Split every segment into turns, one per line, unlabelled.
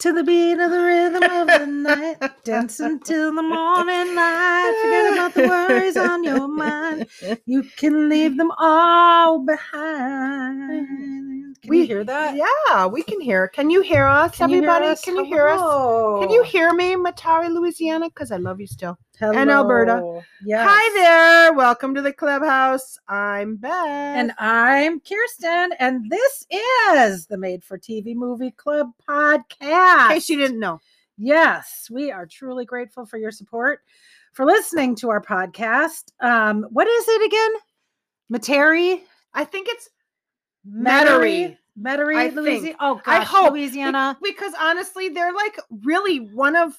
To the beat of the rhythm of the night, dancing till the morning light. Forget about the worries on your mind. You can leave them all behind. Can
We-
you hear that?
Yeah, we can hear. Can you hear us,
Can you hear
everybody?
us?
Can you hear us?
Hello.
Can you hear me, Matari, Louisiana? Because I love you still. and
Hello.
Alberta.
Yes.
Hi there. Welcome to the clubhouse. I'm Beth.
And I'm Kirsten, and this is the Made for TV Movie Club podcast.
in case you didn't know,
Yes, we are truly grateful for your support, for listening to our podcast. Um, what is it again? Materi?
I think it's
Metairie.
I
Metairie,
think.
Louisiana. Oh, gosh,
I hope.
Louisiana.
because honestly, they're like really one of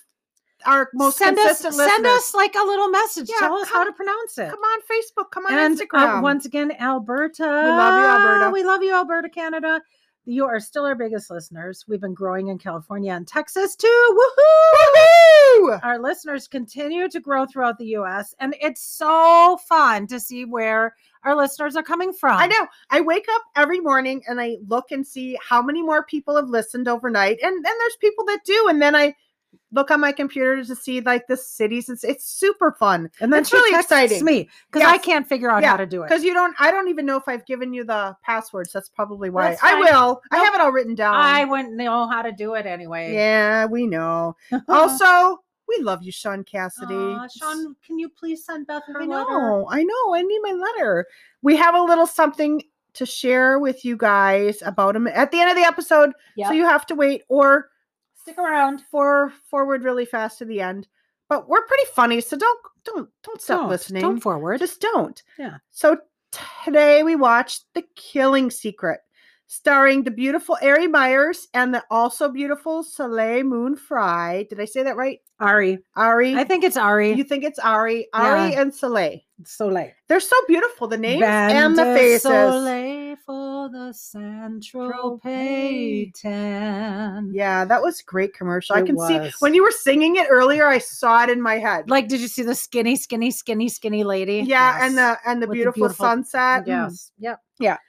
our most
send us,
consistent listeners.
send us like a little message.
Yeah,
Tell us how to
come-
pronounce it.
Come on, Facebook. Come on,
and uh,
Instagram.
once again, Alberta. We
love you, Alberta.
We love you, Alberta, Canada. You are still our biggest listeners. We've been growing in California and Texas too. Woohoo!
Woo!
Our listeners continue to grow throughout the US, and it's so fun to see where our listeners are coming from.
I know. I wake up every morning and I look and see how many more people have listened overnight, and then there's people that do, and then I look on my computer to see like the cities. It's it's super fun
And then
It's
she
really
texts
exciting.
me because I
Yes.
can't figure out
Yeah,
how to do it.
because you don't. I don't even know if I've given you the passwords. That's probably why.
That's
I
fine.
will. I
Nope.
have it all written down.
I wouldn't know how to do it anyway.
yeah, we know. also, we love you, Sean Cassidy.
Uh-huh. Aw, Sean, can you please send Beth her
I
letter?
know, I know. I need my letter. We have a little something to share with you guys about him at the end of the episode.
Yeah.
So you have to wait or
Stick around.
for forward really fast to the end. But we're pretty funny, so don't don't don't stop
Don't,
listening.
Don't forward.
Just don't.
Yeah.
So today we watched The Killing Secret, starring the beautiful Ari Myers and the also beautiful Soleil Moon Frye. Did I say that right?
Ari.
Ari.
I think it's Ari.
you think it's Ari. Ari
Yeah.
and Soleil.
It's so late.
They're so beautiful, the names and the
Bande
faces.
Soleil for the Central Payton.
Yeah, that was great commercial. I
It
can see
was.
when you were singing it earlier, I saw it in my head.
Like, did you see the skinny, skinny, skinny, skinny lady?
yeah, and
Yes.
the and the
With the
beautiful,
beautiful-
sunset. Mm.
yes, yep.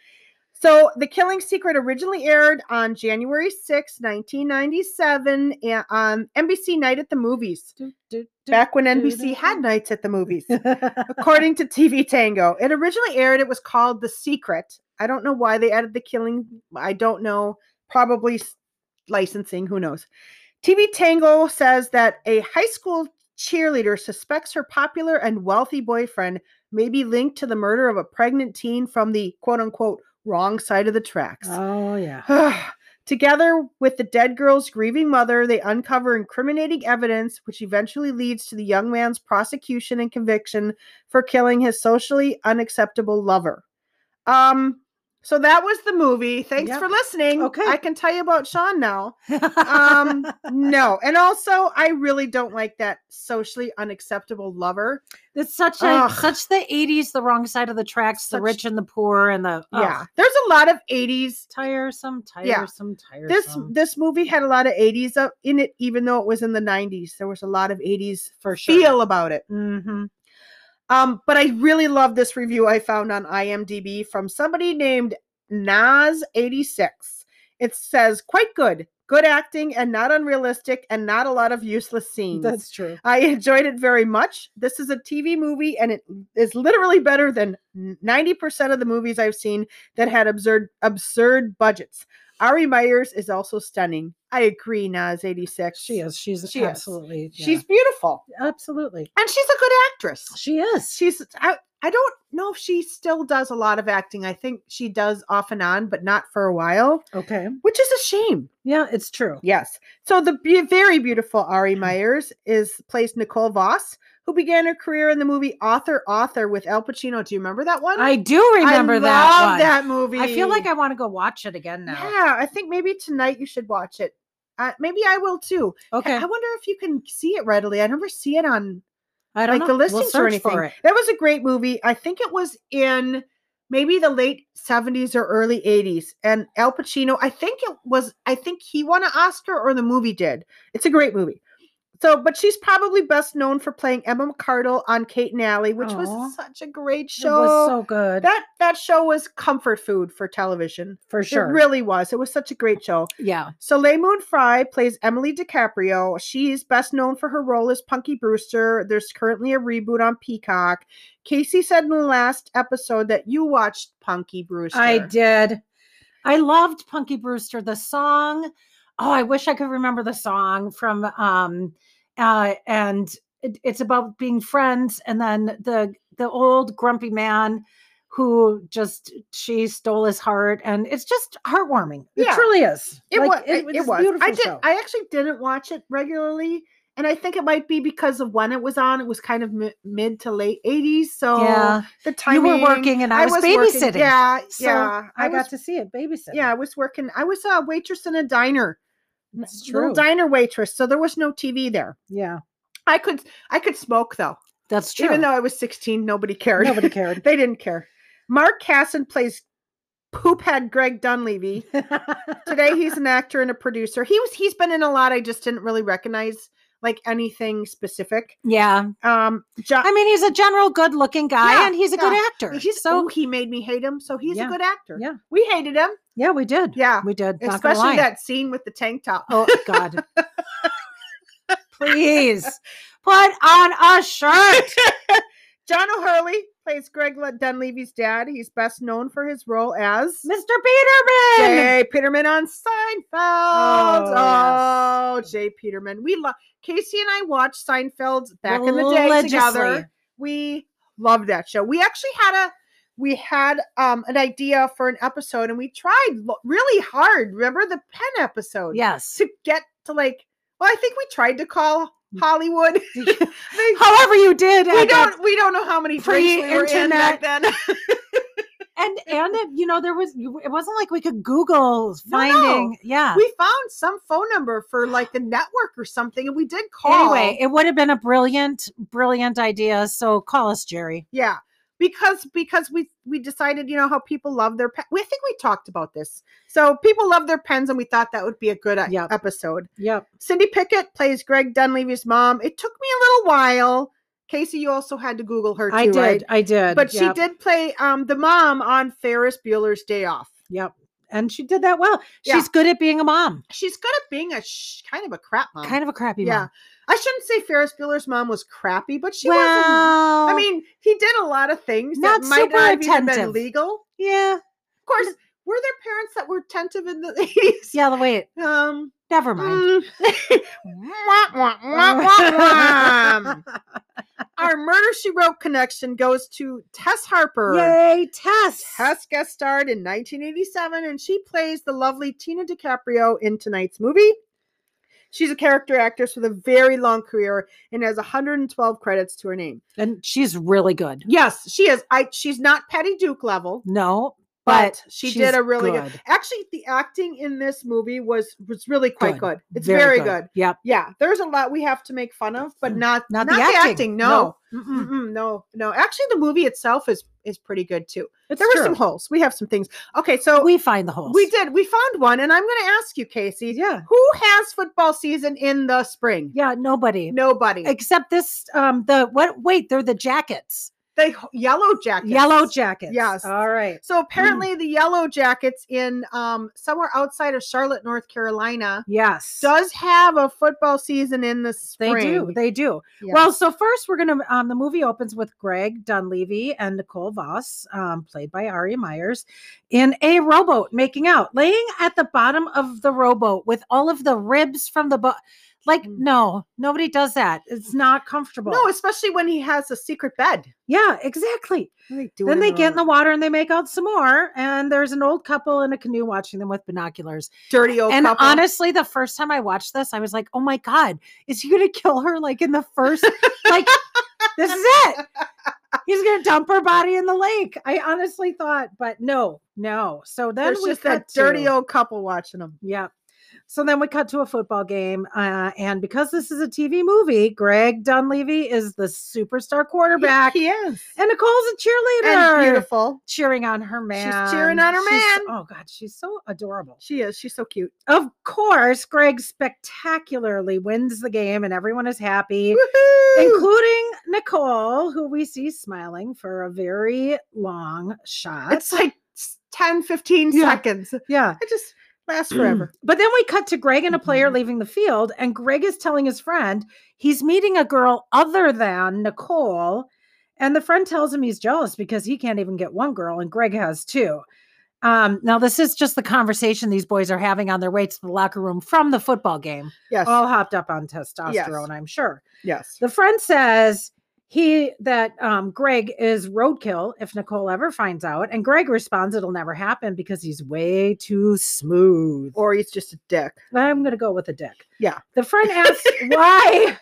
So, The Killing Secret originally aired on January 6, 1997 a- on NBC Night at the Movies.
Do, do, do,
Back when
do,
NBC
do,
had
do.
nights at the movies. According to TV Tango, it originally aired. It was called The Secret. I don't know why they added the killing. I don't know. Probably s- licensing. Who knows? TV Tango says that a high school cheerleader suspects her popular and wealthy boyfriend may be linked to the murder of a pregnant teen from the quote unquote wrong side of the tracks.
oh yeah.
Together with the dead girl's grieving mother, they uncover incriminating evidence, which eventually leads to the young man's prosecution and conviction for killing his socially unacceptable lover. Um, so that was the movie. Thanks
Yep.
for listening.
Okay.
I can tell you about Sean now. Um, no, and also I really don't like that socially unacceptable lover.
it's such a
ugh.
such the '80s, the wrong side of the tracks,
Such-
the rich and the poor, and the ugh,
Yeah, there's a lot of '80s
tiresome, tiresome,
Yeah.
tiresome.
this this movie had a lot of 80s up in it even though it was in the 90s there was a lot of 80s
For sure.
feel about it
hmm
um but i really love this review i found on imdb from somebody named nas 86 it says quite good good acting and not unrealistic and not a lot of useless scenes
That's true.
I enjoyed it very much. This is a TV movie, and it is literally better than 90% of the movies I've seen that had absurd absurd budgets. Ari Myers is also stunning. I agree, Nas 86.
She is. She's
She is.
absolutely. yeah.
She's beautiful.
absolutely.
And she's a good actress.
She is.
She's I, I don't know if she still does a lot of acting. I think she does off and on, but not for a while,
okay.
which is a shame.
Yeah, it's true.
Yes. So the be- very beautiful Ari Myers is plays Nicole Voss, who began her career in the movie Author Author with Al Pacino. Do you remember that one?
I do remember
I
that
love
one.
that movie.
I feel like I want to go watch it again now.
Yeah, I think maybe tonight you should watch it. Uh, maybe I will too.
Okay.
I wonder if you can see it readily. I never see it on
I don't
like the
know. We'll
listings or
search
anything.
for it.
That was a great movie. I think it was in maybe the late 70s or early 80s. And Al Pacino, I think it was, I think he won an Oscar or the movie did. It's a great movie. So, but she's probably best known for playing Emma McCardle on Kate and Alley, which
Aw.
was such a great
It
show.
was so good
that that show was comfort food for television.
for sure.
It really was. It was such a great show.
yeah.
So Lay Moon Fry plays Emily DiCaprio. She is best known for her role as Punky Brewster. There's currently a reboot on Peacock. Casey said in the last episode that you watched Punky Brewster.
I did. I loved Punky Brewster. The song. Oh, I wish I could remember the song from um uh and it, it's about being friends and then the the old grumpy man who just she stole his heart and it's just heartwarming.
Yeah.
It truly is.
It
Like,
was. It, it
is a
was.
beautiful
I did.
show.
I actually didn't watch it regularly, and I think it might be because of when it was on. It was kind of mi- mid to late '80s, so
yeah.
the timing.
you were working and I, was,
working-
babysitting.
Yeah,
So
yeah.
I,
was-
got to see it babysitting.
Yeah, I was working. I was a waitress in a diner,
It's
little
true.
diner waitress. So there was no TV there.
Yeah.
I could I could smoke though.
That's true.
Even though I was 16, nobody cared.
nobody cared.
they didn't care. Mark Casson plays poophead Greg Dunleavy. Today he's an actor and a producer. He was he's been in a lot I just didn't really recognize like anything specific.
yeah.
Um John
I mean, he's a general good looking guy
Yeah,
and he's a
yeah.
good actor.
he's so
so,
he made me hate him, so he's
Yeah,
a good actor.
yeah.
We hated him.
yeah, we did.
Yeah.
We did. Not gonna
Especially
lie.
that scene with the tank top.
Oh, God. Please put on a shirt.
John O'Hurley plays Greg Le- Dunleavy's dad. He's best known for his role as
Mr. Peterman.
Jay Peterman on Seinfeld.
Oh,
Oh, Jay Peterman. We love Casey and I watched Seinfeld back in the day
Religiously.
together. We loved that show. We actually had a we had um an idea for an episode and we tried lo- really hard. Remember the pen episode?
Yes.
To get to like well, I think we tried to call
Mm.
Hollywood. They-
However, you did.
we
at that
don't we don't know how many drinks we were in back then.
and and it, you know there was you- it wasn't like we could google finding yeah
we found some phone number for like the network or something and we did call
anyway it would have been a brilliant brilliant idea so call us jerry
yeah because because we we decided you know how people love their pen we I think we talked about this so people love their pens and we thought that would be a good e-
Yep.
episode
yep
cindy pickett plays greg dunleavy's mom it took me a little while casey you also had to google her too,
i did
right?
i did
but she
yep,
did play um the mom on ferris bueller's day off
yep and she did that well
Yeah.
she's good at being a mom
she's good at being a sh- kind of a crap mom
kind of a crappy
yeah
mom
i shouldn't say ferris bueller's mom was crappy but she wasn't
well
I mean, he did a lot of things
Not
that might
super
not have even been
attentive.
legal.
yeah
Of course, were there parents that were attentive in the eighties?
yeah wait
Um.
never mind
mm. Wah, wah, wah, wah, wah. Our murder she wrote connection goes to Tess Harper.
yay tess
Tess guest starred in 1987, and she plays the lovely Tina DiCaprio in tonight's movie. She's a character actress with a very long career and has 112 credits to her name.
and she's really good
Yes, she is. I she's not Patty Duke level,
no
but, she did
she's
a really good. Actually, the acting in this movie was was really quite
Good.
good. It's very, good.
yep
Yeah, there's a lot we have to make fun of, but
Mm.
not
not, the acting, Mm.
no.
Mm-mm.
Mm-mm, No, no. Actually, the movie itself is is pretty good too.
It's
there were some
true.
holes. We have some things. Okay, so we,
we find the holes
did. We found one, and I'm going to ask you, Casey.
yeah
Who has football season in the spring?
yeah nobody
Nobody.
except this um the what wait they're the jackets
They yellow jackets.
yellow mm. jackets
Yes.
all right
So apparently, the Yellow Jackets in um, somewhere outside of Charlotte, North Carolina,
yes
does have a football season in the
they
spring.
do they do
Yeah.
well so first we're gonna um the movie opens with greg dunleavy and nicole voss um played by ari myers in a rowboat making out laying at the bottom of the rowboat with all of the ribs from the boat like
Mm.
no nobody does that it's not comfortable
no, especially when he has a secret bed.
yeah exactly
They
then they get in the water and they make out some more and there's an old couple in a canoe watching them with binoculars
dirty old
and
Oh, couple.
honestly, the first time I watched this, I was like, "Oh my god, is he gonna kill her?" Like in the first, like this is it. He's gonna dump her body in the lake. I honestly thought, but no, no. So then
There's
we
just that
cut
dirty
to-
old couple watching them.
Yeah. So then we cut to a football game. Uh, and because this is a TV movie, Greg Dunleavy is the superstar quarterback.
He, he is.
And Nicole's a cheerleader.
And beautiful.
Cheering on her man.
She's cheering on her man.
Oh, God. She's so adorable.
She is. She's so cute.
Of course, Greg spectacularly wins the game and everyone is happy,
Woohoo!
including Nicole, who we see smiling for a very long shot.
It's like 10, 15
Yeah.
seconds. It
yeah.
just lasts forever.
Mm. But then we cut to Greg and a player
Mhm.
leaving the field, and Greg is telling his friend he's meeting a girl other than Nicole. And the friend tells him he's jealous because he can't even get one girl, and Greg has two. Um, now, this is just the conversation these boys are having on their way to the locker room from the football game,
yes.
all hopped up on testosterone, I'm sure.
yes.
The friend says he that um, Greg is roadkill if Nicole ever finds out, and Greg responds it'll never happen because he's way too smooth.
Or he's just a dick.
I'm gonna go with a dick.
Yeah.
The friend asks why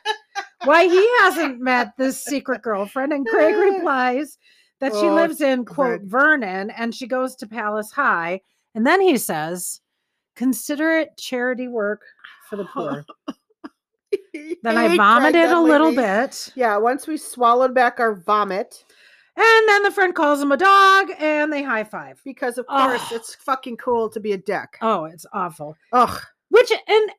why he hasn't met this secret girlfriend, and Craig replies that she
Oh,
lives in quote
Vern.
Vernon and she goes to Palace High. And then he says, consider it charity work for the poor. Then I
Hey, Craig
vomited a little
Dunleavy.
bit.
Yeah, once we swallowed back our vomit,
And then the friend calls him a dog and they high five.
because of
Ugh.
course it's fucking cool to be a dick.
Oh, it's awful.
Ugh.
Which and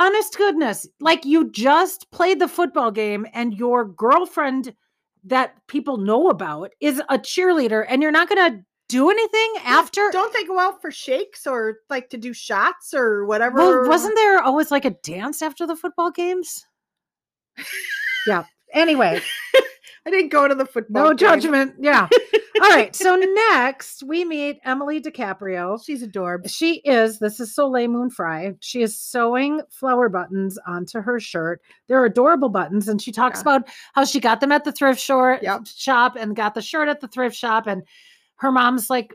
honest goodness, like you just played the football game and your girlfriend that people know about is a cheerleader and you're not gonna do anything after
Don't they go out for shakes or like to do shots or whatever?
well, wasn't there always like a dance after the football games? yeah. Anyway,
I didn't go to the football.
no
game.
judgment. Yeah. All right. So next we meet Emily DiCaprio.
She's adorable.
She is, this is Soleil Moon Frye. She is sewing flower buttons onto her shirt. They're adorable buttons. And she talks
Yeah.
about how she got them at the thrift shore,
Yep.
shop and got the shirt at the thrift shop. And her mom's like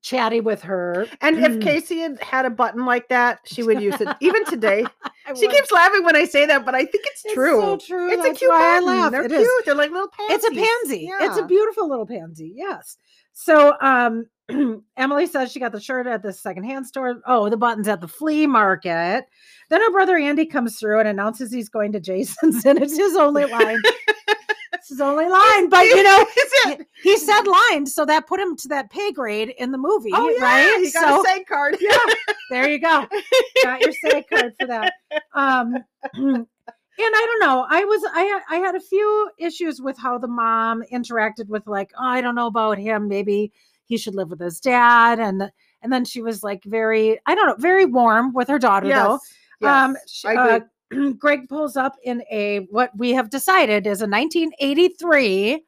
chatty with her.
And if
Mm.
Casey had- had a button like that, she would use it. Even today,
I
she
would.
keeps laughing when I say that, but I think it's,
It's
true.
so true.
It's a
That's
cute
why I
button.
laugh.
They're
It
cute.
is.
They're like little pansies.
It's a pansy. It's a
Yeah.
beautiful little pansy. Yes. So um Emily says she got the shirt at the secondhand store. Oh, the buttons at the flea market. Then her brother Andy comes through and announces he's going to Jason's, and it's his only line. it's his only line, but you know,
Is it?
he said line, so that put him to that pay grade in the movie,
Oh yeah,
right?
you got
so
a SAG card. Yeah.
there you go. Got your SAG card for that. Um, and I don't know. I was I had- I had a few issues with how the mom interacted with like, oh, I don't know about him. Maybe he should live with his dad. And and then she was like very I don't know very warm with her daughter though. Um, sh-
I agree.
uh, Greg pulls up in a what we have decided is a 1983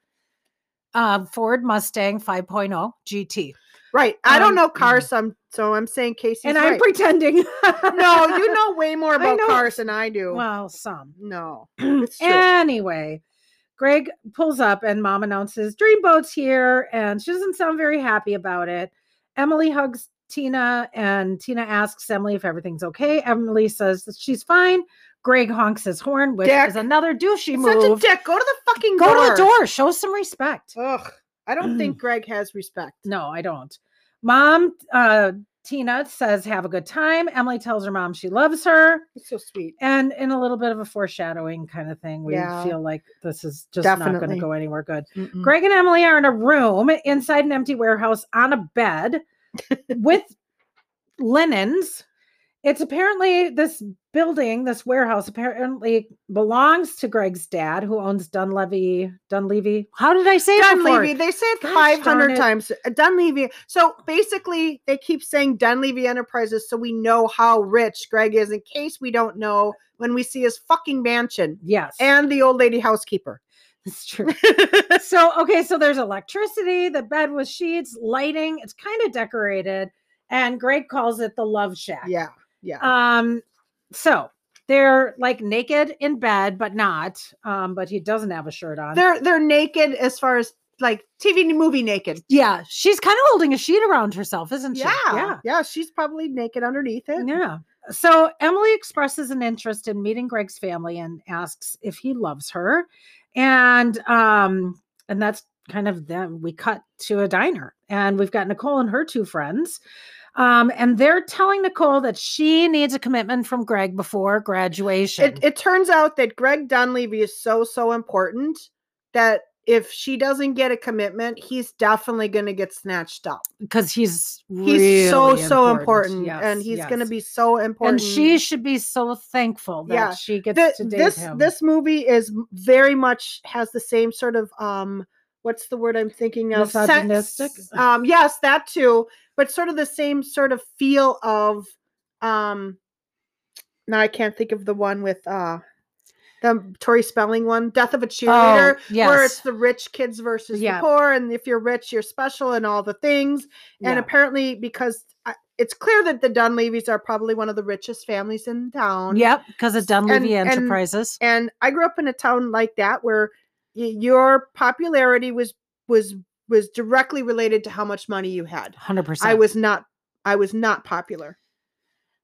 uh, Ford Mustang 5.0 GT,
right. I
um,
don't know cars, so I'm, so I'm saying Casey's
and I'm
right.
pretending.
no, you know way more
I
about
know.
cars than I do.
well, some.
no, it's true.
Anyway, Greg pulls up and mom announces Dreamboat's here, and she doesn't sound very happy about it. Emily hugs Tina, and Tina asks Emily if everything's okay. Emily says that she's fine. Greg honks his horn, which
Dick.
is another douchey
It's such a
move.
dick. Go to the fucking
Go
door.
to the door, show some respect.
Ugh, I don't think Greg has respect.
No, I don't. Mom, uh, Tina says, have a good time. Emily tells her mom she loves her.
It's so sweet.
and in a little bit of a foreshadowing kind of thing we
Yeah.
feel like this is just not going to
Definitely. Mm.
go anywhere good
Mm-mm.
greg and emily are in a room inside an empty warehouse on a bed with linens it's apparently this building this warehouse apparently belongs to greg's dad who owns dunleavy dunleavy how did i say it before?
Dunleavy. They say it
Gosh
five
darn it.
hundred times. Uh, Dunleavy. So basically, they keep saying Dunleavy Enterprises, so we know how rich Greg is, in case we don't know when we see his fucking mansion
yes
and the old lady housekeeper.
It's true. so okay, so there's electricity, the bed with sheets, lighting, it's kind of decorated, and Greg calls it the love shack.
Yeah, yeah.
Um, so they're like naked in bed, but not. Um, but he doesn't have a shirt on.
they're they're naked as far as like TV movie naked.
yeah, she's kind of holding a sheet around herself, isn't she?
Yeah,
Yeah.
yeah, She's probably naked underneath it.
Yeah. So Emily expresses an interest in meeting Greg's family and asks if he loves her. And um, and that's kind of them. We cut to a diner and we've got Nicole and her two friends. Um, and they're telling Nicole that she needs a commitment from Greg before graduation.
It, it turns out that Greg Dunleavy is so, so important that if she doesn't get a commitment, he's definitely going to get snatched up.
because he's really
He's so, so important.
Yes,
and he's going to
yes.
be so important.
And she should be so thankful that
Yeah.
she gets
Th-
to date
this
him.
this movie is m- very much has the same sort of um what's the word I'm thinking of Sen-
Misogynistic?
um yes that too but sort of the same sort of feel of um now I can't think of the one with uh the Tori Spelling one Death of a Cheerleader
oh, yes.
where it's the rich kids versus
Yeah.
the poor and if you're rich you're special and all the things and
Yeah.
apparently because I, it's clear that the Dunleavys are probably one of the richest families in town
Yep, because of Dunleavy
and-
Enterprises.
and i grew up in a town like that where y- your popularity was was was directly related to how much money you had
Hundred percent.
i was not i was not popular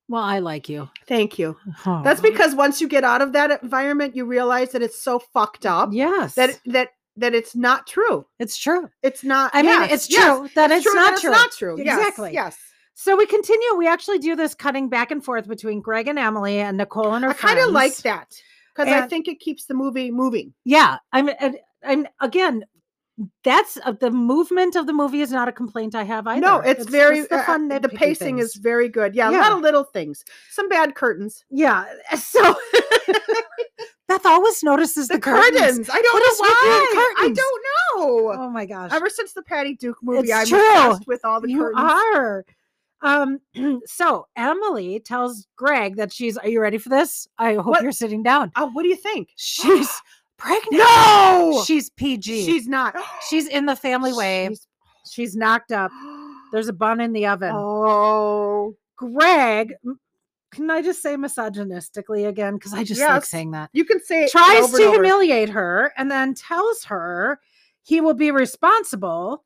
well. I like you.
thank you
Oh.
that's because once you get out of that environment you realize that it's so fucked up
yes,
that that that it's not true
it's true.
it's not
I mean,
yes,
it's true
yes,
that it's,
true that
not
it's
true.
not true Yes,
Exactly.
yes
So we continue. We actually do this cutting back and forth between Greg and Emily and Nicole and her
i kind of like
friends.
that because i
And-
think it keeps the movie moving
Yeah, I'm. and- And again, that's uh, the movement of the movie is not a complaint I have either.
No, it's,
just
very
the
uh,
fun.
The
nitpicky
pacing is
things.
very good. Yeah, a lot
Yeah.
of little things. Some bad curtains.
yeah. So Beth always notices the, curtains.
I don't
What
know
is with you
why.
and
I
curtains?
don't know.
Oh my gosh!
Ever since the Patty Duke movie,
It's
I'm
true.
obsessed with all the
you
curtains.
are. Um, so Emily tells Greg that she's. Are you ready for this? I hope
What?
you're sitting down.
Oh, what do you think?
She's pregnant.
No,
she's PG.
she's not.
She's in the family wave.
She's-
She's knocked up. There's a bun in the oven.
oh,
Greg, m- can I just say misogynistically again? Because I just like
Yes.
saying that.
you can say it
Tries
over
to
and over.
humiliate her and then tells her he will be responsible,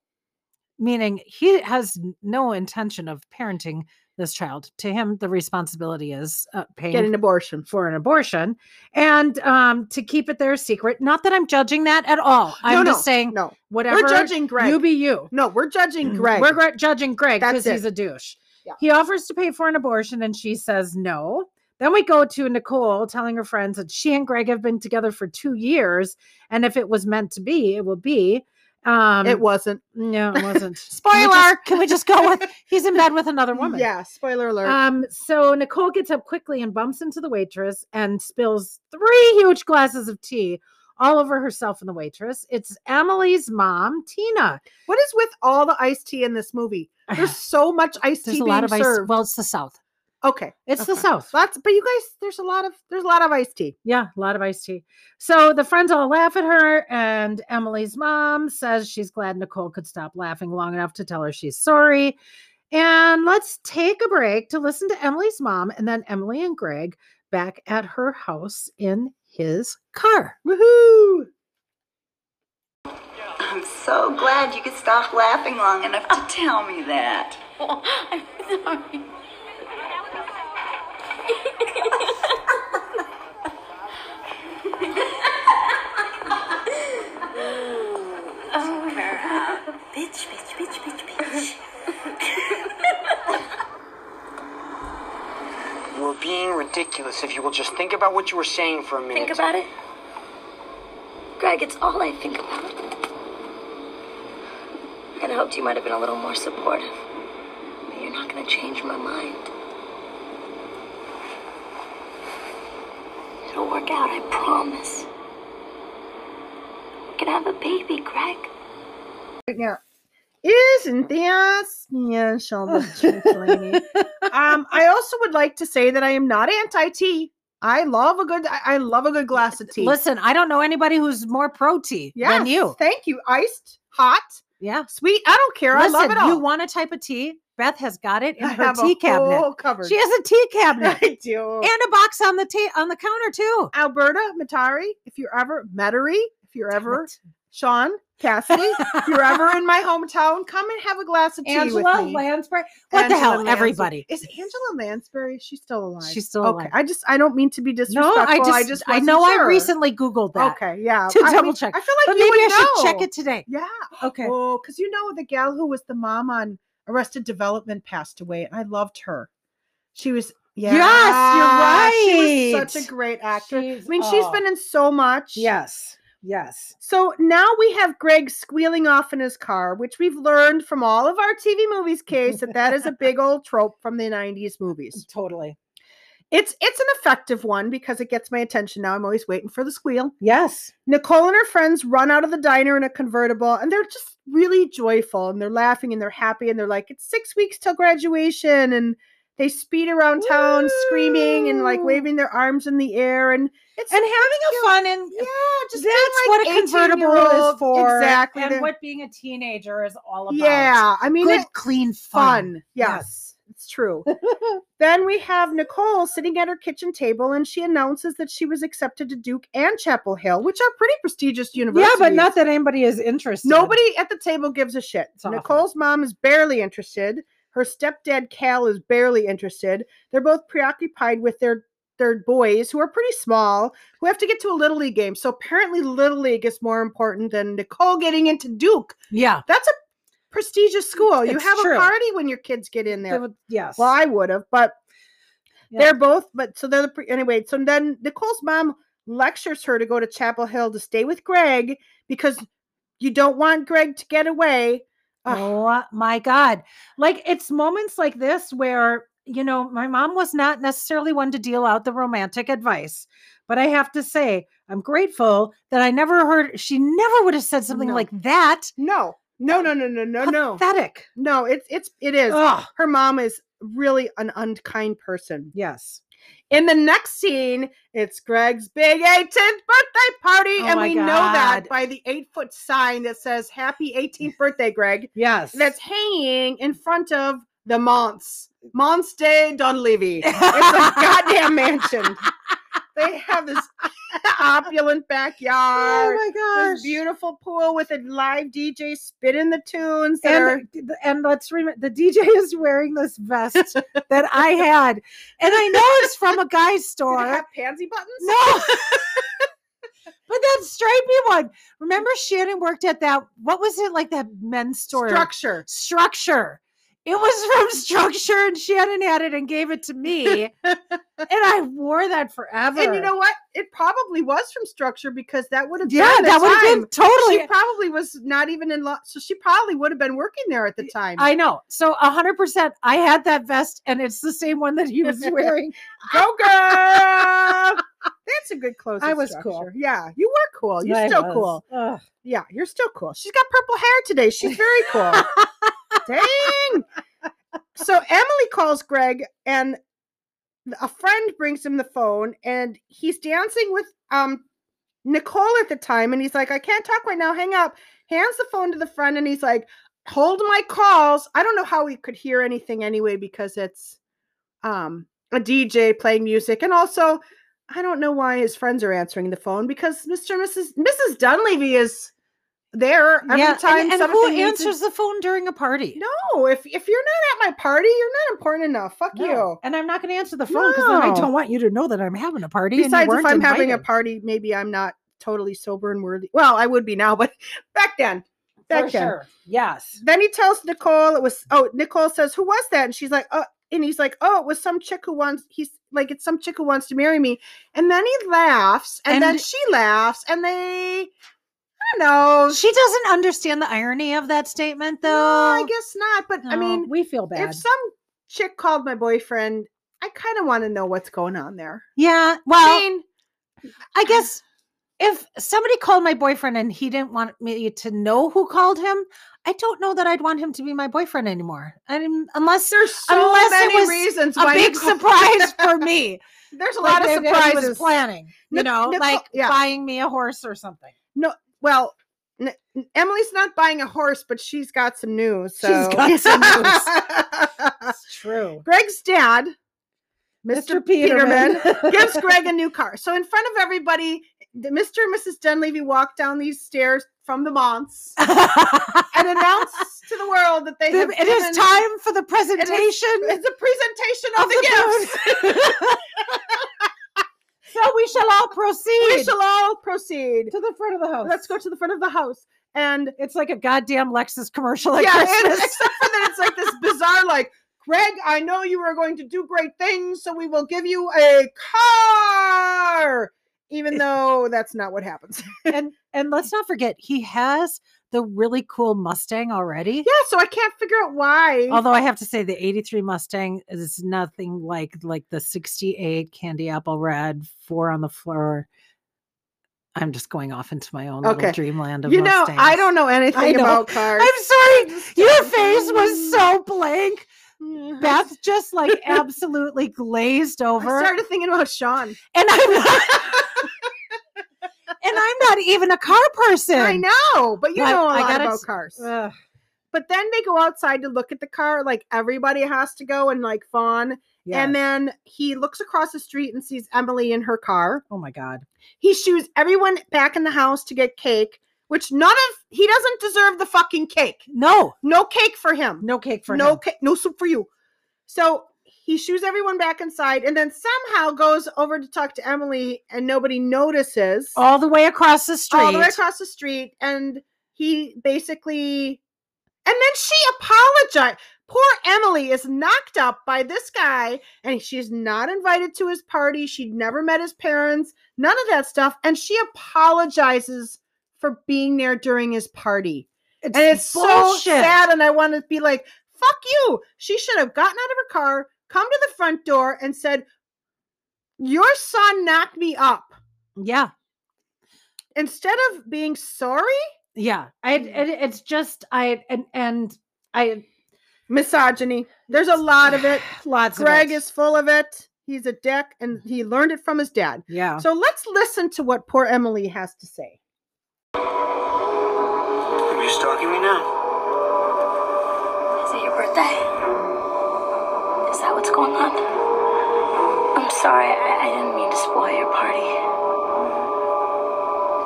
meaning he has n- no intention of parenting this child. To him, the responsibility is uh, paying
Get an abortion.
for an abortion and um, to keep it their secret. Not that I'm judging that at all. I'm
no,
just saying
no,
whatever.
we're judging Greg.
You be you.
no, we're judging Greg.
We're gr- judging Greg because
That's
he's a douche.
Yeah.
He offers to pay for an abortion and she says no. Then we go to Nicole telling her friends that she and Greg have been together for two years. And if it was meant to be, it will be. Um,
it wasn't.
no, it wasn't. Can we, just, can we just go with he's in bed with another woman?
Yeah, spoiler alert.
Um, so Nicole gets up quickly and bumps into the waitress and spills three huge glasses of tea all over herself and the waitress. It's Emily's mom, Tina.
what is with all the iced tea in this movie? There's so much iced
There's
tea
a lot
being
of ice.
served.
Well, it's the South.
okay,
It's the
Okay.
South.
lots. But you guys, there's a lot of there's a lot of iced tea.
Yeah, a lot of iced tea. So the friends all laugh at her, and Emily's mom says she's glad Nicole could stop laughing long enough to tell her she's sorry. And let's take a break to listen to Emily's mom and then Emily and Greg back at her house in his car.
Woohoo!
I'm so glad you could stop laughing long enough to tell me that.
Oh, I'm sorry.
Bitch, bitch, bitch, bitch, bitch.
You are being ridiculous. If you will just think about what you were saying for a minute.
Think about it. Greg, it's all I think about. I'd hoped you might have been a little more supportive. But you're not gonna change my mind. It'll work out, I promise. We can have a baby, Greg.
Right now, isn't that special, Mr. Delaney? um, I also would like to say that I am not anti tea. I love a good. I I love a good glass of tea.
Listen, I don't know anybody who's more pro tea than
Yes,
you.
Thank you. Iced, hot,
Yeah.
sweet. I don't care. I love
Listen,
it all.
you want a type of tea? Beth has got it in
I
her
have
tea
a
cabinet.
Whole cupboard.
She has a tea cabinet.
I do.
and a box on the ta- on the counter too.
Alberta Matari, if you're ever Metairie, if you're ever
Damn
Sean Cassidy, if you're ever in my hometown, come and have a glass of
it.
tea
Angela
with me.
Lansbury. What the
Angela
hell?
Lansbury.
Everybody.
Is Angela Lansbury? She's still alive.
She's still
okay.
alive.
I just I don't mean to be
No,
disrespectful.
I just I,
wasn't
know I
sure.
recently Googled that.
Okay, yeah.
to
I
double check.
I feel like
But
you
maybe
would
I should
know.
check it today.
Yeah.
Okay.
Oh, because you know the gal who was the mom on Arrested Development passed away, and I loved her. She was yeah,
Yes, you're
She was such
right.
a great actor.
She's-
I mean, she's
oh.
been in so much.
Yes. Yes.
So now we have Greg squealing off in his car, which we've learned from all of our TV movies case that that is a big old trope from the 90s movies.
Totally.
It's it's an effective one because it gets my attention now. I'm always waiting for the squeal.
Yes.
Nicole and her friends run out of the diner in a convertible and they're just really joyful and they're laughing and they're happy and they're like, it's six weeks till graduation. And they speed around town screaming and like
Woo!
waving their arms in the air. And it's
And having a fun and
yeah, just being,
that's
like,
what a convertible is
18-year-old.
for.
Exactly.
And
They're-
what being a teenager is all about.
yeah. I mean,
Good,
it's
clean fun.
fun. Yes. It's true. then we have Nicole sitting at her kitchen table and she announces that she was accepted to Duke and Chapel Hill, which are pretty prestigious
Yeah,
universities.
but not that anybody is interested.
Nobody at the table gives a shit.
It's awful.
Nicole's mom is barely interested. Her stepdad Cal is barely interested. They're both preoccupied with their their boys who are pretty small who have to get to a little league game. So apparently little league is more important than Nicole getting into Duke.
Yeah.
That's a prestigious school. You
It's
have
true.
a party when your kids get in
They
there.
would- yes.
Well, I would have, but
Yeah.
they're both. But so they're the pre- anyway. So then Nicole's mom lectures her to go to Chapel Hill to stay with Greg because you don't want Greg to get away. Ugh.
Oh my God. Like it's moments like this where, you know, my mom was not necessarily one to deal out the romantic advice. But I have to say, I'm grateful that I never heard, she never would have said something
No.
like that.
No, no, no, no, no, no, no,
Pathetic.
no. It's it's it is.
Ugh.
Her mom is really an unkind person.
Yes.
In the next scene, it's Greg's big 18th birthday party,
Oh
and
my
we know that
God.
by the eight foot sign that says "Happy 18th Birthday, Greg."
Yes.
that's hanging in front of the Monts. Monts de Dunleavy. It's a goddamn mansion. They have this opulent backyard.
Oh my
this beautiful pool with a live DJ spinning the tunes that are
and, th- and let's remember the DJ is wearing this vest that I had, and I know it's from a guy's
Did it
store.
have pansy buttons.
No. but that stripey one. Remember Shannon worked at that what was it like that men's store?
structure.
Structure. It was from Structure and Shannon had it and gave it to me. and I wore that forever.
And you know what? It probably was from structure because that would have
yeah,
been the
that would have
time.
been totally
She probably was not even in law, so she probably would have been working there at the time.
I know. So hundred percent I had that vest and it's the same one that he was wearing.
Go girl! That's a good close.
I
of
was cool.
structure. Yeah, you were cool. You're
I
still
was.
cool.
Ugh.
Yeah, you're still cool. She's got purple hair today. She's very cool. Dang. So Emily calls Greg and a friend brings him the phone and he's dancing with um Nicole at the time and he's like, I can't talk right now. Hang up. Hands the phone to the friend and he's like, hold my calls. I don't know how he could hear anything anyway because it's um a DJ playing music and also I don't know why his friends are answering the phone because Mr. and Mrs. Mrs. Dunleavy is there every
yeah, and-
time
and, who
something needs to-
answers the phone during a party?
No, if if you're not at my party, you're not important enough. Fuck you.
No, And I'm not going to answer the phone because then I
No.
don't want you to know that I'm having a party. and you
Besides, if
weren't
I'm having a
invited.
party, maybe I'm not totally sober and worthy. Well, I would be now, but back then, back
For
then.
sure. Yes.
Then he tells Nicole it was. Oh, Nicole says, "Who was that?" And she's like, "Oh," and he's like, "Oh, it was some chick who wants." He's like, "It's some chick who wants to marry me." And then he laughs, and, then
And-
she laughs, and they, I don't know.
She doesn't understand the irony of that statement, though.
No, I guess not. But
No,
I mean,
we feel bad.
if some chick called my boyfriend, I kind of want to know what's going on there.
yeah.
I
Well,
mean,
I guess if somebody called my boyfriend and he didn't want me to know who called him, I don't know that I'd want him to be my boyfriend anymore. I mean, unless
There's so
Unless it
many
was
reasons
a
why
big
Nicole-
surprise for me.
There's a
Like
lot of
maybe he was
surprises.
planning, you
Nic-
know,
Nicole-
like
yeah.
buying me a horse or something.
well, N- N- Emily's not buying a horse, but she's got some news. So.
She's got some
news.
That's true.
Greg's dad, Mr. Peterman, gives
gives
Greg a new car. So in front of everybody, the- Mr. and Mrs. Dunleavy walk down these stairs from the Monts and announce to the world that they have
it is
given-
time for the
it is-
presentation
It's a presentation of,
of
the, gifts.
the gifts. so we shall all proceed
We shall all proceed.
to the front of the house.
Let's go to the front of the house. And
It's like a goddamn Lexus commercial. At
yeah, and
Christmas.
except for that it's like this bizarre, like, Greg, I know you are going to do great things, so we will give you a car.
Eh.
Even though that's not what happens.
and and let's not forget he has the really cool Mustang already.
yeah, so I can't figure out why.
Although I have to say the 83 Mustang is nothing like like the 68 candy apple red, four on the floor. I'm just going off into my own
Okay.
little dreamland of
you know, I
Mustangs.
don't know anything
I know.
about cars.
I'm sorry. Your face
Mm.
was so blank.
Yeah.
Beth just like absolutely glazed over.
Mm-hmm. I started thinking about Sean.
and I'm not And I'm not even a car person.
I know, but you
But
know a
I
lot
gotta
about
s- uh,
cars.
Ugh.
but then they go outside to look at the car. Like everybody has to go and like fawn. And
Yes.
then he looks across the street and sees Emily in her car.
oh my god.
He shoos everyone back in the house to get cake, which none of he doesn't deserve the fucking cake.
No.
No cake for him.
No cake for
no
him.
ca- no soup for you. So he shoos everyone back inside and then somehow goes over to talk to Emily and nobody notices
All the way across the street.
all the way across the street and he basically and then she apologized. Poor Emily is knocked up by this guy and she's not invited to his party. She'd never met his parents, none of that stuff. And she apologizes for being there during his party
It's
and it's so
bullshit.
sad. And I want to be like, "Fuck you!" She should have gotten out of her car, come to the front door, and said, "Your son knocked me up."
Yeah.
Instead of being sorry,
Yeah. I it, it's just I and and I
misogyny. There's a lot of it.
lots
Greg
of it.
is full of it. He's a dick, and he learned it from his dad.
yeah.
So let's listen to what poor Emily has to say.
Are you stalking me now?
Is it your birthday? Is that what's going on? I'm sorry, I, I didn't mean to spoil your party.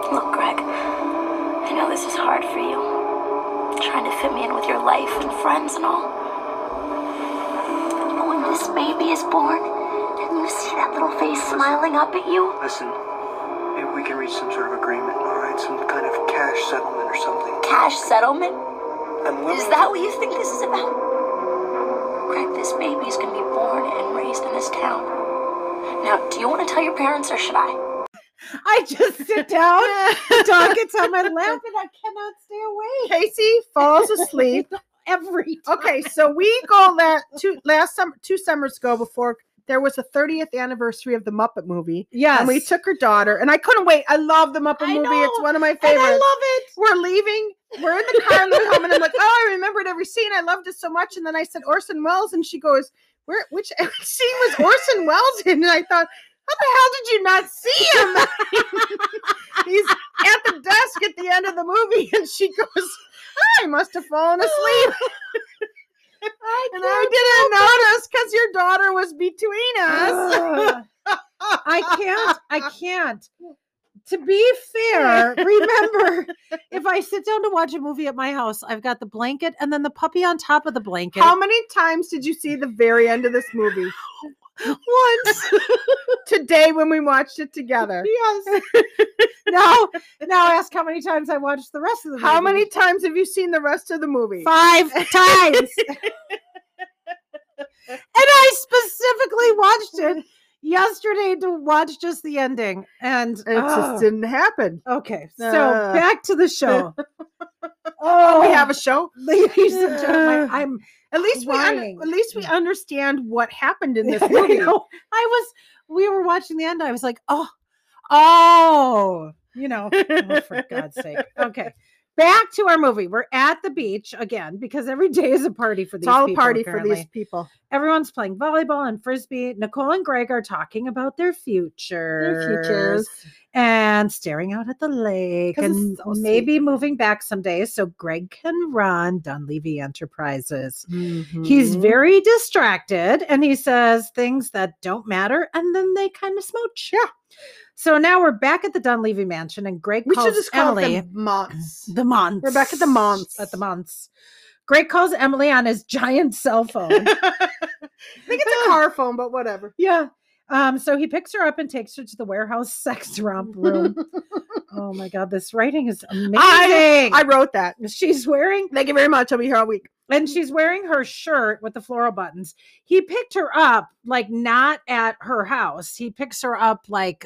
Look, Greg, I know this is hard for you. Trying to fit me in with your life and friends and all. But when this baby is born, and you see that little face smiling up at you,
Listen, maybe we can reach some sort of agreement, all right? Some kind of cash settlement or something.
cash settlement,
I'm willing.
Is that what you think this is about? Greg, this baby's gonna be born and raised in this town. Now, do you want to tell your parents or should I?
I just sit down, the dog gets on my lap, and I cannot stay awake
Casey falls asleep
every time.
okay, so we go last two last summer two summers ago before there was the 30th anniversary of the Muppet movie.
Yes.
And we took her daughter, and I couldn't wait. I love the Muppet
I
movie. It's
know,
one of my
and
favorites.
I love it.
We're leaving. We're in the car and we're home, and I'm like, oh, I remembered every scene. I loved it so much. And then I said Orson Welles, and she goes, where? Which scene was Orson Welles in? And I thought, how the hell did you not see him? He's at the desk at the end of the movie, and she goes, I must have fallen asleep. and I didn't notice because your daughter was between us.
Ugh. I can't. I can't. To be fair, remember if I sit down to watch a movie at my house, I've got the blanket and then the puppy on top of the blanket.
How many times did you see the very end of this movie?
Once.
Today, when we watched it together.
yes. now, now ask how many times I watched the rest of the movie.
How many times have you seen the rest of the movie?
five times. and I specifically watched it yesterday to watch just the ending. And
And It
oh,
just didn't happen.
okay, so
Uh.
back to the show. oh,
We have a show.
ladies and gentlemen. I'm
At least we under-
Crying.
at least we understand what happened in this
I
movie.
know. I was. We were watching the end. I was like, oh, oh, you know, oh, for God's sake. Okay. Back to our movie. We're at the beach again because every day is a party for these
It's all a
people,
party for
apparently.
these people.
Everyone's playing volleyball and frisbee. Nicole and Greg are talking about their futures, and staring out at the lake
'Cause it's
and
so sweet.
maybe moving back someday so Greg can run Dunleavy Enterprises.
Mm-hmm.
He's very distracted and he says things that don't matter and then they kind of smooch.
Yeah.
So now we're back at the Dunleavy Mansion and Greg
We
calls
should just call
Emily
them months.
the months.
We're back at the months.
At the months. Greg calls Emily on his giant cell phone.
I think it's a car phone, but whatever.
Yeah. Um, so he picks her up and takes her to the warehouse sex romp room. oh my god, this writing is amazing.
I wrote that.
she's wearing
Thank you very much. I'll be here all week.
and she's wearing her shirt with the floral buttons. He picked her up like not at her house. He picks her up like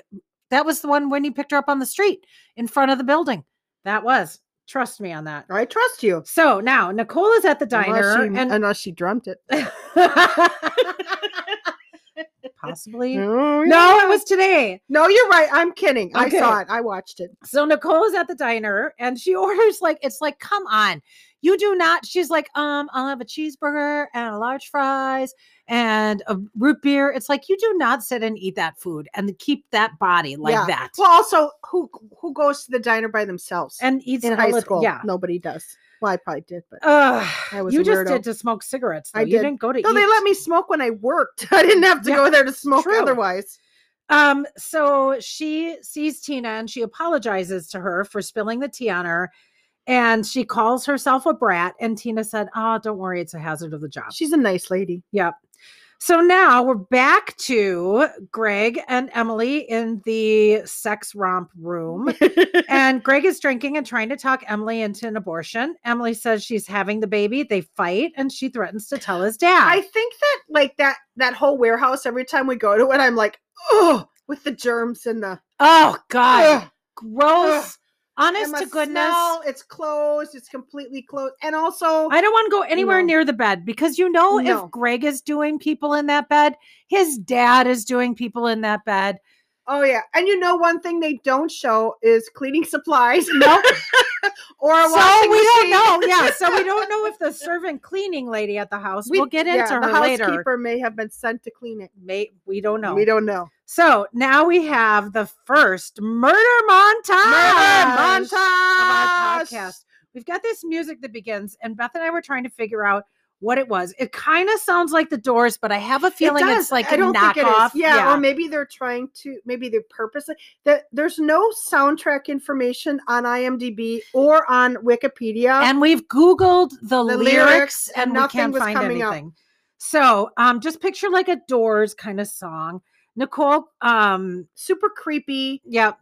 that was the one when he picked her up on the street in front of the building. That was. Trust me on that.
I trust you.
So now Nicole is at the
unless
diner
she,
and
unless she dreamt it.
possibly
No,
no it was today
No, you're right. I'm kidding. I
Okay.
saw it. I watched it.
so Nicole is at the diner and she orders like it's like come on you do not she's like um I'll have a cheeseburger and a large fries and a root beer it's like you do not sit and eat that food and keep that body like
Yeah.
that
Well, also, who who goes to the diner by themselves
and eats
in
a
high
lit-
school?
yeah
nobody does. Well, I probably did, but
Ugh,
I was
you
a
just
weirdo.
did to smoke cigarettes though.
I
you
did.
didn't go to
no,
eat.
they let me smoke when I worked. I didn't have to
Yeah,
go there to smoke
true.
otherwise.
Um, so she sees Tina and she apologizes to her for spilling the tea on her. And she calls herself a brat. And Tina said, Oh, don't worry, it's a hazard of the job.
She's a nice lady.
Yep. So now we're back to Greg and Emily in the sex romp room. and Greg is drinking and trying to talk Emily into an abortion. Emily says she's having the baby. They fight and she threatens to tell his dad.
I think that like that that whole warehouse. Every time we go to it, I'm like, oh, with the germs and the
oh, God.
ugh,
Gross.
and
Honest
the
to goodness.
smell, it's closed. It's completely closed, and also
I don't want to go anywhere
No.
near the bed because you know
No.
if Greg is doing people in that bed, his dad is doing people in that bed.
Oh yeah, and you know one thing they don't show is cleaning supplies.
Nope.
or a
so we
washing
don't
machine.
know. Yeah, so we don't know if the servant cleaning lady at the house. We, will get into
yeah, the
her later.
housekeeper may have been sent to clean it.
May, we don't know.
We don't know.
so now we have the first murder montage.
Murder
of our
montage.
podcast. We've got this music that begins, and Beth and I were trying to figure out what it was. It kind of sounds like the Doors, but I have a feeling
does.
it's like
I
a
don't think it
knockoff.
is. Yeah, or maybe they're trying to. Maybe they're purposely. That there's no soundtrack information on IMDb or on Wikipedia.
and we've googled the,
Uh-huh. The
lyrics,
lyrics,
and,
and
we
nothing
can't
was
find
coming up.
anything so um just picture like a doors kind of song nicole um
Super creepy.
yeah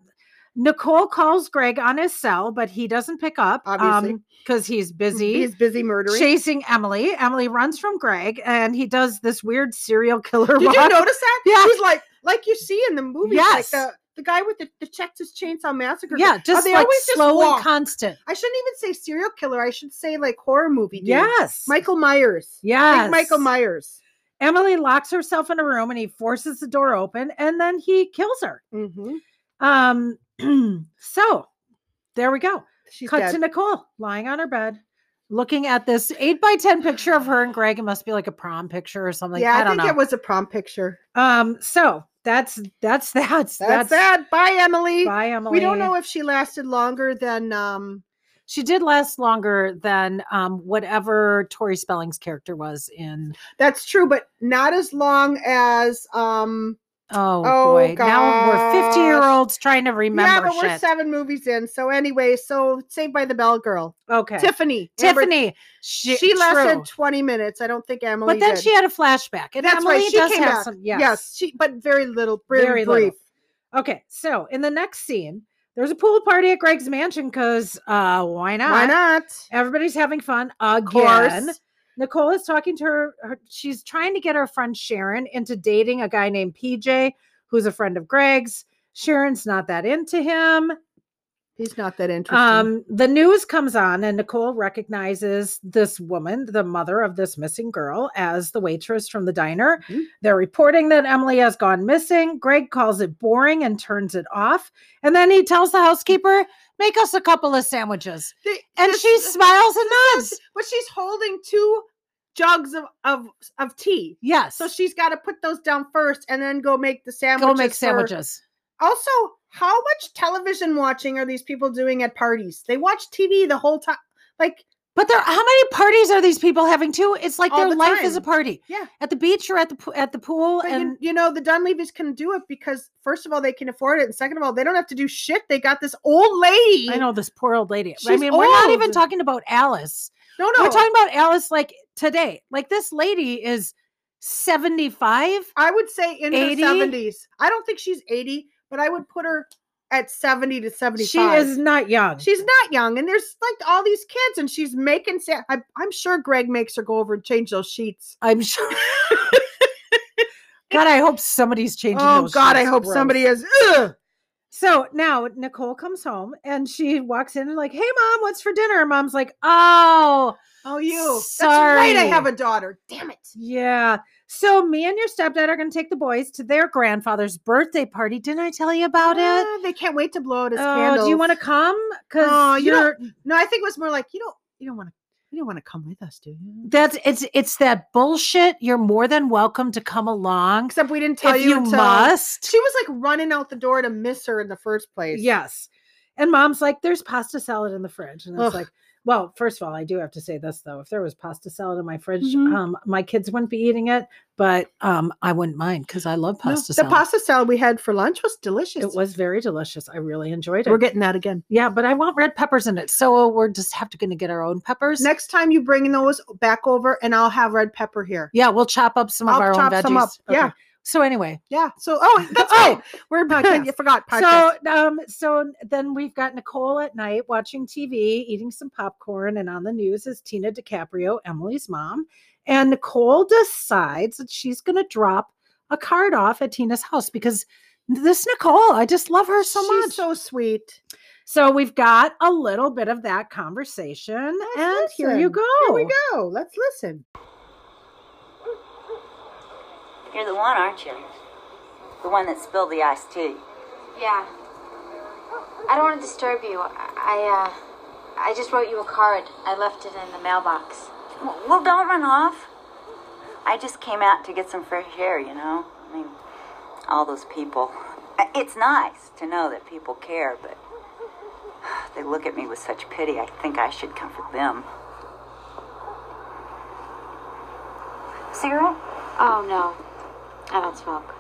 nicole calls greg on his cell but he doesn't pick up
Obviously.
because he's busy
He's busy murdering.
chasing emily emily runs from greg and he does this weird serial killer
Did
walk.
you notice that?
Yeah.
He's like, like you see in the movies,
Yes.
like the, the guy with the, the Texas Chainsaw Massacre. guy.
yeah just
they
like
always just
slow and
walk?
constant
I shouldn't even say serial killer. I should say like horror movie. Dude.
yes
Michael Myers.
yes
Like Michael Myers.
emily locks herself in a room and he forces the door open and then he kills her
Mm-hmm.
Um, so there we go.
She's
Cut
dead.
to Nicole lying on her bed, looking at this eight by ten picture of her and Greg. It must be like a prom picture or something.
yeah,
I,
I,
don't
think
know.
it was a prom picture.
um, so that's that's that. That's,
That's, that. Bye, Emily.
Bye, Emily.
We don't know if she lasted longer than um
she did last longer than um whatever Tori Spelling's character was in.
that's true, but not as long as um
Oh,
Oh,
boy! Now we're fifty year
gosh.
olds trying to remember
Yeah, but we're
shit.
seven movies in. So anyway, so Saved by the Bell Girl.
okay,
Tiffany. Amber-
Tiffany.
She,
She,
lasted
true.
20 minutes. I don't think Emily
but then
did.
she had a flashback, and
That's
Emily
right. She
does
came
have
back.
some.
yes. she but very little, very,
Very little.
brief.
Okay, so in the next scene, there's a pool party at Greg's mansion because uh, why not?
Why not?
Everybody's having fun
Of course.
again. Nicole is talking to her, her. She's trying to get her friend Sharon into dating a guy named PJ, who's a friend of Greg's. Sharon's not that into him.
He's not that interesting.
Um, the news comes on, and Nicole recognizes this woman, the mother of this missing girl, as the waitress from the diner.
Mhm.
They're reporting that Emily has gone missing. Greg calls it boring and turns it off. And then he tells the housekeeper, Make us a couple of sandwiches.
The-
And
this-
she smiles and nods.
but she's holding two jugs of of of tea.
Yes.
So she's got to put those down first and then go make the sandwiches.
Go make
for-
sandwiches.
Also, how much television watching are these people doing at parties? They watch TV the whole time. Like,
But there, how many parties are these people having too? It's like
All
their
the
life is a
time.
party.
Yeah.
At the beach or at the po- at the pool,
but you-
and
you, know, the Dunleavys can do it because first of all, they can afford it, and second of all, they don't have to do shit. They got this old lady.
I know this poor old lady. I
She's
mean, we're not even
old.
talking about Alice.
No, no.
We're talking about Alice like today. Like this lady is 75?
I would say in
80?
her 70s. I don't think she's 80, but I would put her at 70 to 75.
She is not young.
She's not young, and there's like all these kids, and she's making. Sa- I, I'm sure Greg makes her go over and change those sheets.
I'm sure. God, I hope somebody's changing.
Oh
those
God, I
sheets.
hope
Gross.
somebody is. Ugh!
So now Nicole comes home and she walks in and like, "Hey, mom, what's for dinner?" Mom's like, "Oh,
Oh, you. That's right. I
Sorry.
have a daughter. Damn it.
yeah." So me and your stepdad are going to take the boys to their grandfather's birthday party. Didn't I tell you about it?
Ah, they can't wait to blow out his
Oh,
candles.
do you want to come? Because
Oh, you
you're
don't- No, I think it was more like you don't. You don't want to. You don't want to come with us, do you?
that's it's it's that bullshit. You're more than welcome to come along
Except we didn't tell
if
you.
you,
until-
must.
She was like running out the door to miss her in the first place.
Yes. And mom's like, there's pasta salad in the fridge. And I was
Ugh.
like, well, first of all, I do have to say this though. If there was pasta salad in my fridge,
Mhm.
um, my kids wouldn't be eating it, but um, I wouldn't mind because I love
No,
pasta
the
salad.
pasta salad we had for lunch was delicious.
it was very delicious. I really enjoyed it.
We're getting that again.
yeah, but I want red peppers in it. So we're just have to gonna get our own peppers.
Next time you bring those back over, and I'll have red pepper here.
yeah, we'll chop up some of
I'll
our own
chop
veggies.
some up. Yeah.
So anyway,
Yeah. So, oh, that's
Oh,
right. We're
podcast.
You forgot podcast.
So um so then we've got Nicole at night watching TV, eating some popcorn, and on the news is Tina DiCaprio, Emily's mom. And Nicole decides that she's gonna drop a card off at Tina's house because this Nicole, I just love her so
She's
much.
so sweet.
So we've got a little bit of that conversation.
Let's
and here you
listen.
go.
Here we go. Let's listen.
You're the one, aren't you? The one that spilled the iced tea.
Yeah. I don't want to disturb you. I, uh, I just wrote you a card. I left it in the mailbox.
Well, well, don't run off. I just came out to get some fresh air, you know? I mean, all those people. I- It's nice to know that people care, but they look at me with such pity, I think I should comfort them. Cigarette?
Oh, no. I don't smoke.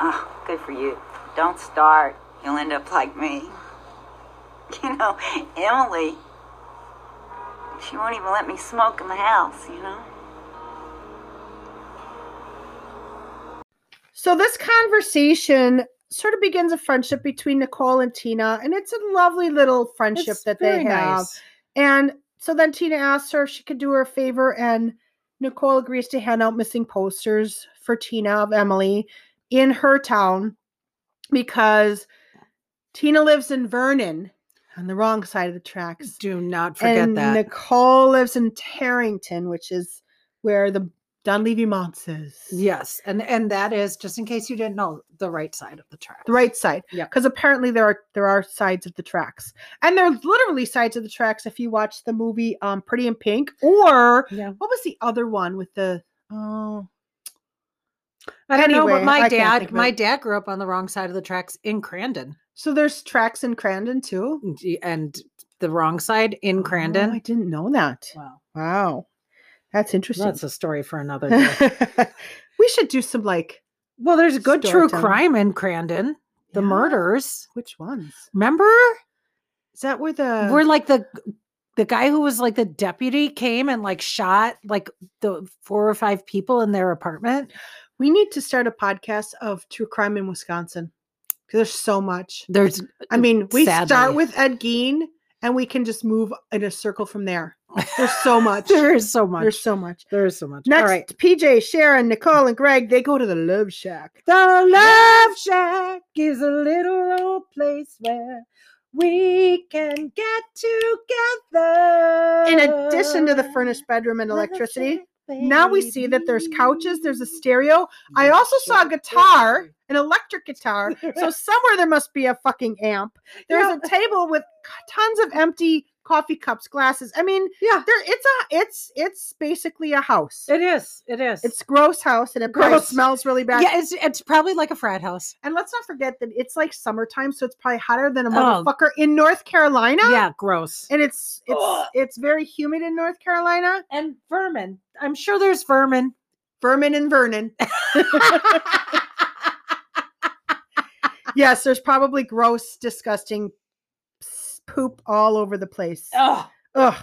Ah, good for you. Don't start. You'll end up like me. You know, Emily, she won't even let me smoke in the house, you know?
So, this conversation sort of begins a friendship between Nicole and Tina, and it's a lovely little friendship
It's
that they
very
have.
nice.
And so then Tina asks her if she could do her a favor, and Nicole agrees to hand out missing posters for Tina of Emily in her town because Tina lives in Vernon on the wrong side of the tracks.
Do not forget
and
that.
Nicole lives in Tarrington, which is where the Dunleavy Monts is.
yes. And and that is just in case you didn't know the right side of the track.
The right side.
Yeah.
Because apparently there are there are sides of the tracks. And there are literally sides of the tracks if you watch the movie um Pretty in Pink or
Yeah.
what was the other one with the oh
I don't know, but
Anyway,
my
I can't think
dad,
of
my
it.
dad grew up on the wrong side of the tracks in Crandon,
so there's tracks in Crandon too?
D- Mm, and the wrong side in
Oh, I
Crandon.
didn't know that.
Wow,
Wow. That's interesting.
that's a story for another day.
we should do some like
well, there's good true
Storytelling.
crime in Crandon. The
Yeah.
murders,
Which ones?
remember?
Is that where the
Where like the the guy who was like the deputy came and like shot like the four or five people in their apartment.
we need to start a podcast of true crime in Wisconsin? 'Cause There's so much.
There's
I mean, we start
Sadly.
with Ed Gein and we can just move in a circle from there. There's so much.
there is so much.
There's so much.
there is so much.
Next,
All right,
PJ, Sharon, Nicole, and Greg, they go to the Love Shack.
The Love Shack is a little old place where we can get together.
In addition to the furnished bedroom and electricity, now we see that there's couches, there's a stereo. I also saw a guitar, an electric guitar. So somewhere there must be a fucking amp. There's a table with tons of empty coffee cups, glasses. I mean,
Yeah.
there it's a it's it's basically a house.
It is. It is.
It's gross house and it probably
Gross.
smells really bad.
yeah. It's it's probably like a frat house.
And let's not forget that it's like summertime, so it's probably hotter than a
Oh.
motherfucker in North Carolina.
Yeah. Gross.
And it's it's it's very humid in North Carolina.
And vermin. I'm sure there's vermin.
Vermin and Vernon. yes, there's probably gross, disgusting s- poop all over the place.
Oh,
Ugh.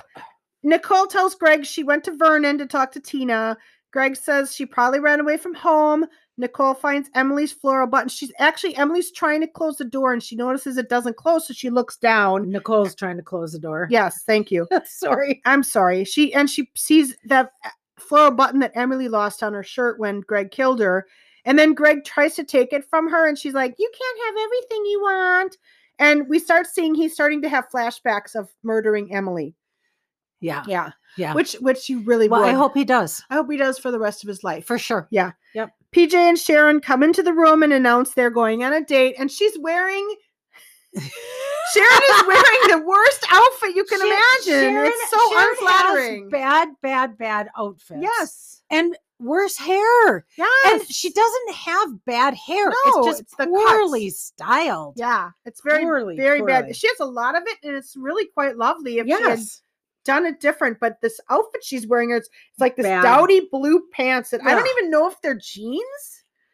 Nicole tells Greg she went to Vernon to talk to Tina. Greg says she probably ran away from home. Nicole finds Emily's floral button. She's actually Emily's trying to close the door and she notices it doesn't close, so she looks down.
Nicole's trying to close the door.
Yes, thank you.
Sorry.
I'm sorry. She and she sees that uh, floral button that Emily lost on her shirt when Greg killed her. And then Greg tries to take it from her and she's like, "You can't have everything you want." And we start seeing he's starting to have flashbacks of murdering Emily.
Yeah.
Yeah.
Yeah.
Which which you really
well,
would.
I hope he does
I hope he does for the rest of his life.
for sure.
PJ and Sharon come into the room and announce they're going on a date, and she's wearing. Sharon is wearing the worst outfit you can
Sha-
imagine.
Sharon-
it's so
Sharon has
unflattering.
Bad, bad, bad outfits.
yes.
And worse hair.
Yes.
And she doesn't have bad hair.
No,
it's just
it's the
poorly styled.
yeah, it's very,
poorly,
very
poorly.
bad. She has a lot of it, and it's really quite lovely if she had
Yes.
done it different. But this outfit she's wearing, it's, it's like this
Bad.
dowdy blue pants that I don't
Yeah.
even know if they're jeans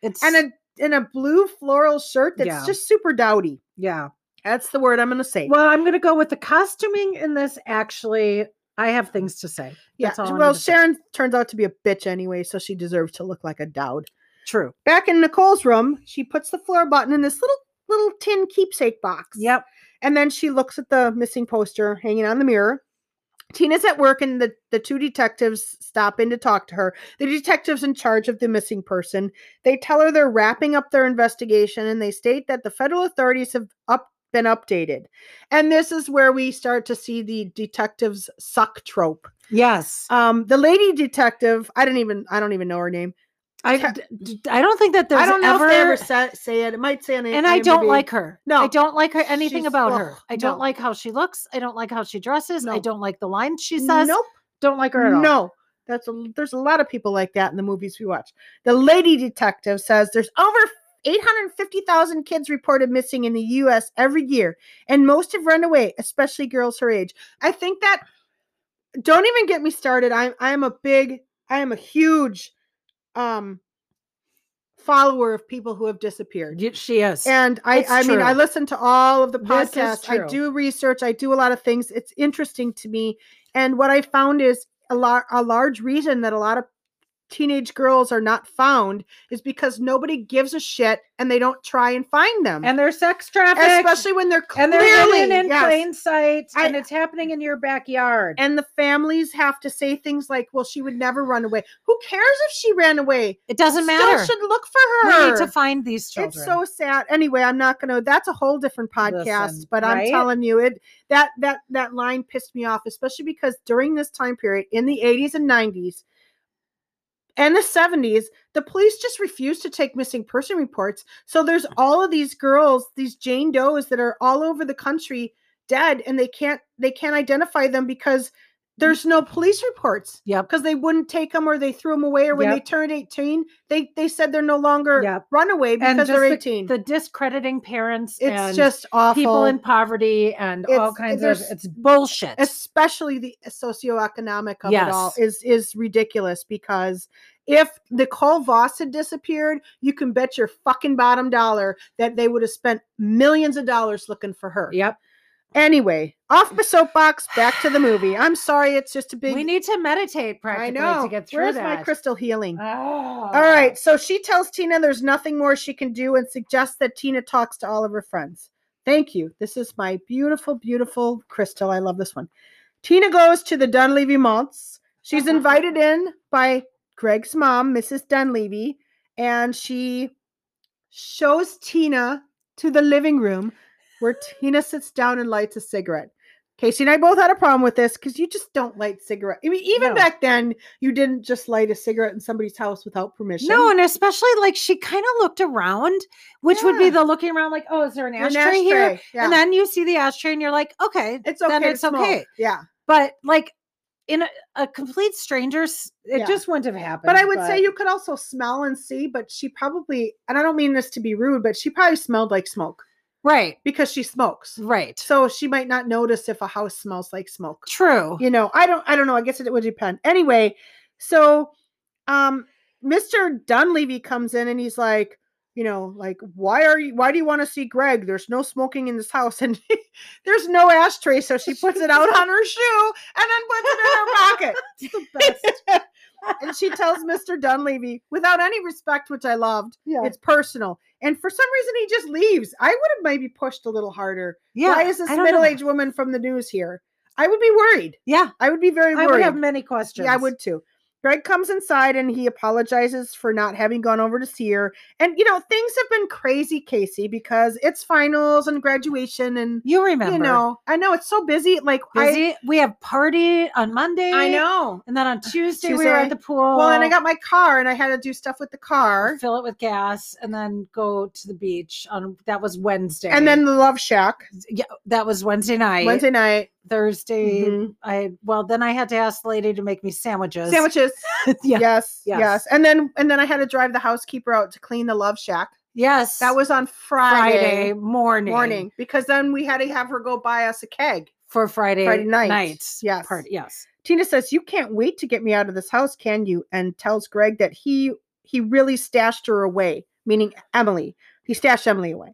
It's
and a and a blue floral shirt that's
Yeah.
just super dowdy.
yeah.
That's the word I'm going to say.
Well, I'm gonna go with the costuming in this actually. I have things to say.
Yeah.
That's all I
well,
wanted to say.
Sharon turns out to be a bitch anyway, so she deserves to look like a dowd.
True.
Back in Nicole's room, she puts the floor button in this little little tin keepsake box.
Yep.
And then she looks at the missing poster hanging on the mirror. Tina's at work and the, the two detectives stop in to talk to her. The detectives in charge of the missing person. They tell her they're wrapping up their investigation and they state that the federal authorities have up been updated. And this is where we start to see the detectives suck trope.
Yes.
Um, the lady detective, I don't even, I don't even know her name.
I, d- d- I don't think that there's
I don't know
ever,
if they ever say, say it. It might say on
and I don't like her.
No.
I don't like her anything
She's-
about
ugh,
her. I don't
no.
like how she looks. I don't like how she dresses. I
No.
don't like the lines she says.
Nope,
Don't like her at all.
no. That's a, there's a lot of people like that in the movies we watch. The lady detective says there's over 850,000 kids reported missing in the U.S. every year, and most have run away, especially girls her age. I think that. Don't even get me started. I'm I am a big I am a huge, um, follower of people who have disappeared.
Y- She is.
And I,
It's
I mean, I
true.
listen to all of the
This is
podcasts. I
true.
do research. I do a lot of things. It's interesting to me. And what I found is a lot, a large reason that a lot of teenage girls are not found is because nobody gives a shit and they don't try and find them.
and there's sex traffic.
especially when they're
and
clearly
they're hidden in
yes.
plain sight.
I-
and it's happening in your backyard.
And the families have to say things like, "Well, she would never run away. Who cares if she ran away?
it doesn't
Still
matter.
should look for her.
We need to find these children.
It's so sad. Anyway, I'm not gonna. That's a whole different podcast.
Listen,
but I'm
right?
telling you, it that that that line pissed me off, especially because during this time period in the 80s and 90s and the 70s, the police just refused to take missing person reports. So there's all of these girls, these Jane Does that are all over the country dead, and they can't they can't identify them because there's no police reports
Yep.
because they wouldn't take them or they threw them away or when they
Yep.
turned 18 they they said they're no longer
Yep.
runaway
And
because
just
they're
the-
18
The discrediting parents and
it's just awful
people in poverty and all
It's-
kinds of
there's-
it's bullshit.
especially the socioeconomic of it all
Yes.
is is ridiculous because if Nicole Voss had disappeared, you can bet your fucking bottom dollar that they would have spent millions of dollars looking for her.
yep.
Anyway, off the soapbox, back to the movie. I'm sorry, it's just a big.
we need to meditate
I
practically
know.
to get through
Where's
that.
my crystal healing?
Oh.
All right. So she tells Tina there's nothing more she can do and suggests that Tina talks to all of her friends. Thank you. This is my beautiful, beautiful crystal. I love this one. Tina goes to the Dunleavy Maltz. She's invited in by Greg's mom, Mrs. Dunleavy, and she shows Tina to the living room where Tina sits down and lights a cigarette. Casey and I both had a problem with this because you just don't light cigarette. I mean, even
No.
back then, you didn't just light a cigarette in somebody's house without permission.
No, and especially like she kind of looked around, which would be
Yeah.
the looking around like, oh, is there an
An
ashtray, here?
ashtray, yeah.
And then you see the ashtray and you're like, okay,
it's okay.
then
to
it's
smoke.
okay.
Yeah.
But like in a, a complete stranger's, it
Yeah.
just wouldn't have happened.
But I would say you could also smell and see, but she probably, and I don't mean this to be rude, but she probably smelled like smoke
right,
because she smokes.
right,
So she might not notice if a house smells like smoke.
true.
you know i don't i don't know i guess it would depend anyway so um mr dunleavy comes in and he's like you know like why are you why do you want to see greg there's no smoking in this house and there's no ashtray so she puts it out on her shoe and then puts it in her pocket
It's the best.
and she tells Mr. Dunleavy, without any respect, which I loved,
Yeah.
it's personal. And for some reason, he just leaves. I would have maybe pushed a little harder.
Yeah.
Why is this
I don't know.
middle aged woman from the news here? I would be worried.
Yeah.
I would be very
I
worried.
would have many questions.
Yeah, I would too. Greg comes inside and he apologizes for not having gone over to see her. And you know, things have been crazy, Casey, because it's finals and graduation and
You remember.
you know, I know it's so busy. Like I
busy. we have party on Monday.
I know.
And then on Tuesday, we were at
Tuesday.
the pool.
Well, and I got my car and I had to do stuff with the car.
fill it with gas and then go to the beach on that was Wednesday.
And then the Love Shack
yeah, that was Wednesday night.
Wednesday night.
Thursday
Mhm.
I well then I had to ask the lady to make me sandwiches.
Sandwiches.
yeah.
Yes,
yes.
yes. And then and then I had to drive the housekeeper out to clean the Love Shack.
Yes.
That was on
Friday
Friday,
morning.
morning because then we had to have her go buy us a keg.
for Friday,
Friday night.
Yes.
Yes.
Party. Yes.
Tina says, "You can't wait to get me out of this house, can you?" And tells Greg that he he really stashed her away, meaning Emily. He stashed Emily away.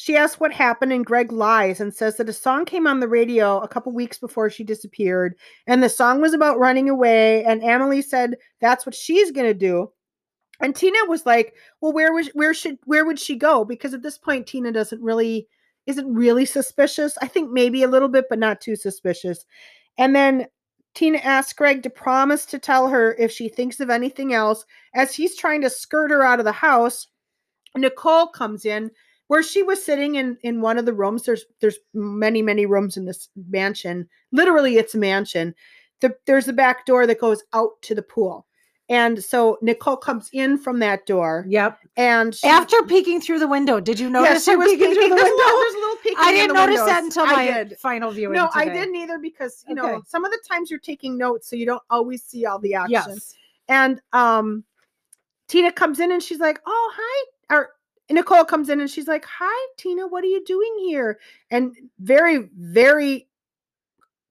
She asks what happened, and Greg lies and says that a song came on the radio a couple weeks before she disappeared, and the song was about running away. And Emily said that's what she's gonna do. And Tina was like, "Well, where was where should where would she go?" Because at this point, Tina doesn't really isn't really suspicious. I think maybe a little bit, but not too suspicious. And then Tina asks Greg to promise to tell her if she thinks of anything else. As he's trying to skirt her out of the house, Nicole comes in where she was sitting in in one of the rooms. There's there's many many rooms in this mansion. Literally, it's a mansion. The, there's a back door that goes out to the pool, and so Nicole comes in from that door.
Yep.
And she,
After peeking through the window, did you
yeah,
notice
she
her
was
peeking through the
there's a
window?
little- there's a little peeking
I
in
didn't
the
notice that
windows.
until
I
my
did.
final viewing.
No, I
today.
didn't either because you
Okay.
know some of the times you're taking notes, so you don't always see all the action.
Yes.
And um, Tina comes in and she's like, "Oh, hi." Or Nicole comes in and she's like, "Hi, Tina. What are you doing here?" And very, very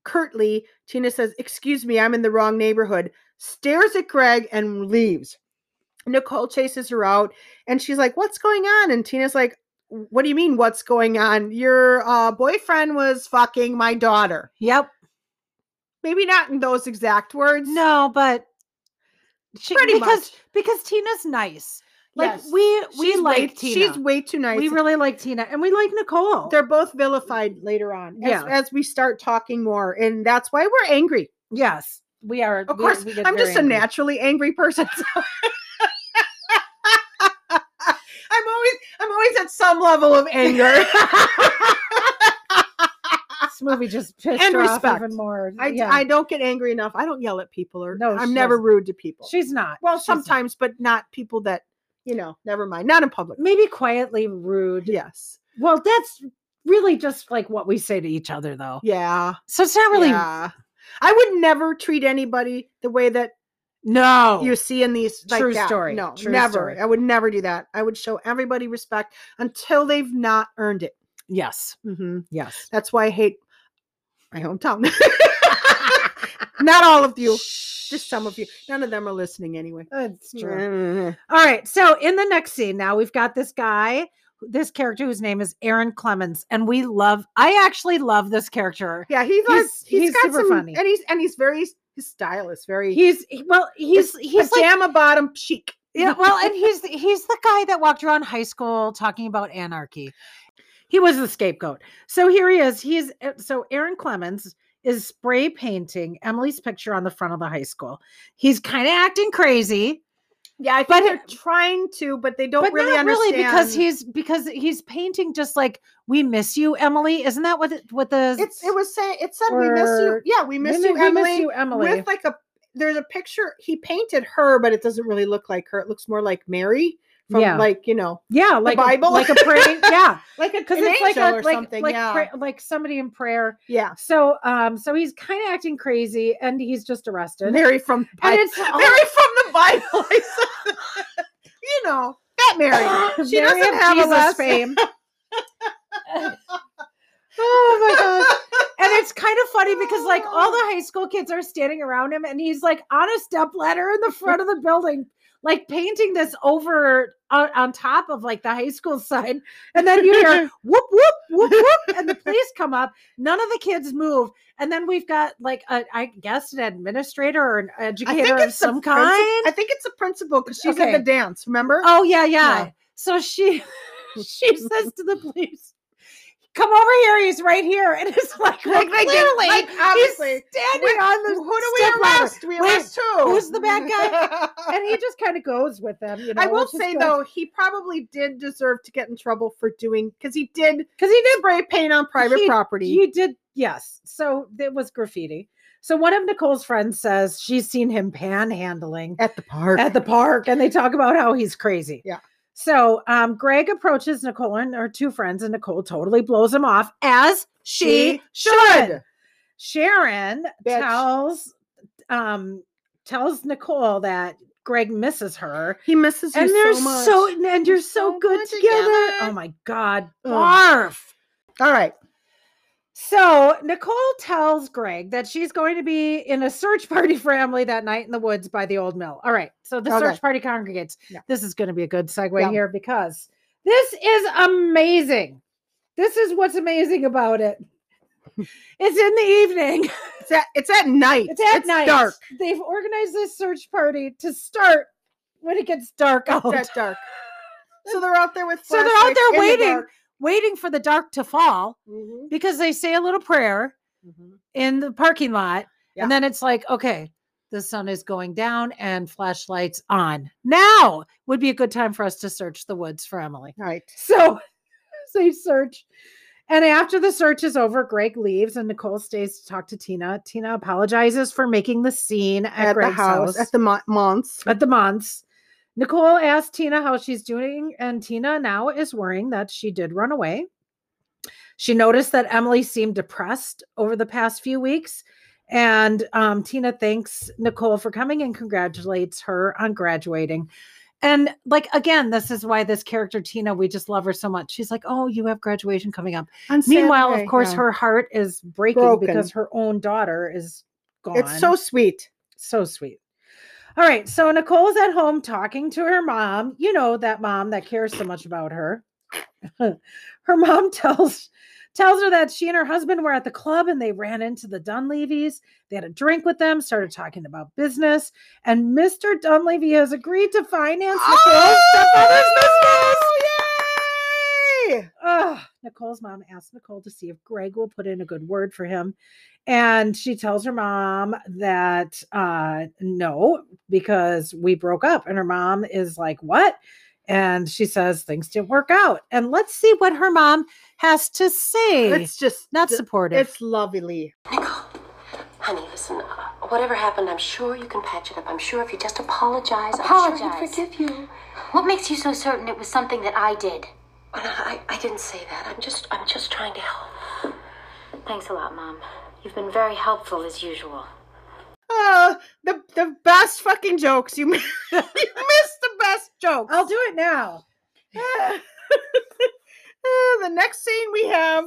curtly, Tina says, "Excuse me, I'm in the wrong neighborhood." Stares at Greg and leaves. Nicole chases her out and she's like, "What's going on?" And Tina's like, "What do you mean, what's going on? Your uh, boyfriend was fucking my daughter."
Yep.
Maybe not in those exact words.
No, but she,
Pretty
because
much.
because Tina's nice. Like
Yes.
we we
She's
like
way,
Tina.
She's way too nice.
we really like Tina and we like Nicole.
They're both vilified later on. As,
Yeah.
as we start talking more, and that's why we're angry.
Yes, we are.
Of
we-
course,
we get
I'm
very
just
angry.
a naturally angry person. so- I'm always, I'm always at some level of anger.
This movie just pissed
And
her off
respect.
even more.
I,
yeah.
I don't get angry enough. I don't yell at people, or
No, she
I'm never
doesn't.
rude to people.
she's not.
well,
She's not.
sometimes, but not people that you know. Never mind. Not in public.
maybe quietly rude.
Yes.
Well, that's really just like what we say to each other, though.
Yeah.
So it's not really
Yeah. I would never treat anybody the way that
no.
you see in these like
Oh, True
that.
story.
No,
True
never.
story.
I would never do that. I would show everybody respect until they've not earned it.
yes,
Mhm.
yes.
That's why I hate my hometown. not all of you, just some of you. None of them are listening anyway.
That's true.
Mm.
All right. So in the next scene, now we've got this guy, this character whose name is Aaron Clemens, and we love. I actually love this character.
Yeah, he's
He's- he's
he's got
super
some,
funny.
and he's and he's very his style is very
He's he- well, he's he's like
pajama bottom chic.
yeah, well, and he's he's the guy that walked around high school talking about anarchy. He was the scapegoat. So here he is. He is uh, so Aaron Clemens is spray painting Emily's picture on the front of the high school. He's kind of acting crazy,
Yeah, I think
But-
they're trying to, but they don't
but
really
not
understand.
really because he's because he's painting just like we miss you, Emily. Isn't that what it- what the
it's it was saying it said we miss you.
Or-
Yeah, we miss
mi-
you,
we
Emily.
you, Emily.
with like a there's a picture he painted her, but it doesn't really look like her. It looks more like Mary from
Yeah.
like you know
yeah, like a-
Bible?
like a praying, yeah,
like a
because
an
it's like
angel
a
or
like
something.
like
yeah,
pray- like somebody in prayer.
yeah.
So um so he's kind of acting crazy and he's just arrested.
Mary from
and
Bi-
it's all-
Mary from the Bible. I said. you know that Mary. She
Mary
doesn't
of
have
Jesus
a last
fame.
name.
oh my gosh. And it's kind of funny because like
Oh.
all the high school kids are standing around him and he's like on a step ladder in the front of the building like painting this over on, on top of like the high school sign. And then you hear whoop, whoop, whoop, whoop, and the police come up. None of the kids move. And then we've got like, a, I guess, an administrator or an educator of some
the princi-
kind.
I think it's the principal because she's
Okay.
at the dance. Remember?
Oh yeah, yeah.
Yeah.
So she she says to the police, "Come over here. He's right here." And it's like, well,
Like, like,
clearly,
like,
he's
obviously.
standing
Wait,
on the
Who do we
step ladder.
arrest? We
Wait,
arrest who?
who's the bad
guy?
And he just kind of goes with them. You know,
I will say though, he probably did deserve to get in trouble for doing because he did
because he did
spray paint on private
He-
property.
He did, yes. So it was graffiti. So one of Nicole's friends says she's seen him panhandling
at the park.
at the park, and they talk about how he's crazy.
Yeah.
So um, Greg approaches Nicole and her two friends, and Nicole totally blows him off as she, should. Sharon
Bitch.
tells um tells Nicole that Greg misses her.
He misses
And
you
they're
so
so,
much.
and you're
You're
so,
so
good
good
together. Oh
together.
my god.
Ugh.
Barf.
All right.
So Nicole tells Greg that she's going to be in a search party for Emily that night in the woods by the old mill. All right. So the
Okay.
search party congregates.
Yeah.
This is going to be a good segue
Yeah.
here because this is amazing. This is what's amazing about it. it's in the evening.
It's at it's at night.
It's at night.
dark.
They've organized this search party to start when it gets dark out,
It's at dark. So they're out there with
Oh, So they're out
flashlights
there
in the
waiting.
dark.
waiting for the dark to fall
Mhm,
because they say a little prayer
mhm.
in the parking lot.
Yeah.
And then it's like, okay, the sun is going down and flashlights on. Now would be a good time for us to search the woods for Emily.
All right.
So they search. And after the search is over, Greg leaves and Nicole stays to talk to Tina. Tina apologizes for making the scene at,
At, the
Greg's
house,
house.
at the Mon- Monts.
at the months. Nicole asked Tina how she's doing, and Tina now is worrying that she did run away. She noticed that Emily seemed depressed over the past few weeks, and um, Tina thanks Nicole for coming and congratulates her on graduating. And like again, this is why this character Tina, we just love her so much. She's like, "Oh, you have graduation coming up."
on
Meanwhile,
Saturday,
of course,
yeah.
her heart is breaking
Broken.
because her own daughter is gone.
It's so sweet.
So sweet. All right. So Nicole's at home talking to her mom. You know that mom that cares so much about her. her mom tells tells her that she and her husband were at the club and they ran into the Dunleavys. They had a drink with them, started talking about business, and Mr. Dunleavy has agreed to finance Nicole's stepfather's business.
Yay!
Ugh. Nicole's mom asks Nicole to see if Greg will put in a good word for him. And she tells her mom that uh, no, because we broke up. And her mom is like, What? And she says things didn't work out. And let's see what her mom has to say.
It's just
Not
d-
supportive.
It's lovely.
Nicole, honey, listen. uh, Whatever happened, I'm sure you can patch it up. I'm sure if you just apologize, I'm sure he'll
Apologize?
forgive you.
What makes you so certain it was something that I did?
And I, I didn't say that. I'm just, I'm just trying to help.
Thanks a lot, Mom. You've been very helpful as usual.
Oh, the the best fucking jokes. You, mi- you missed the best jokes.
I'll do it now.
Ah. Ah, the next scene we have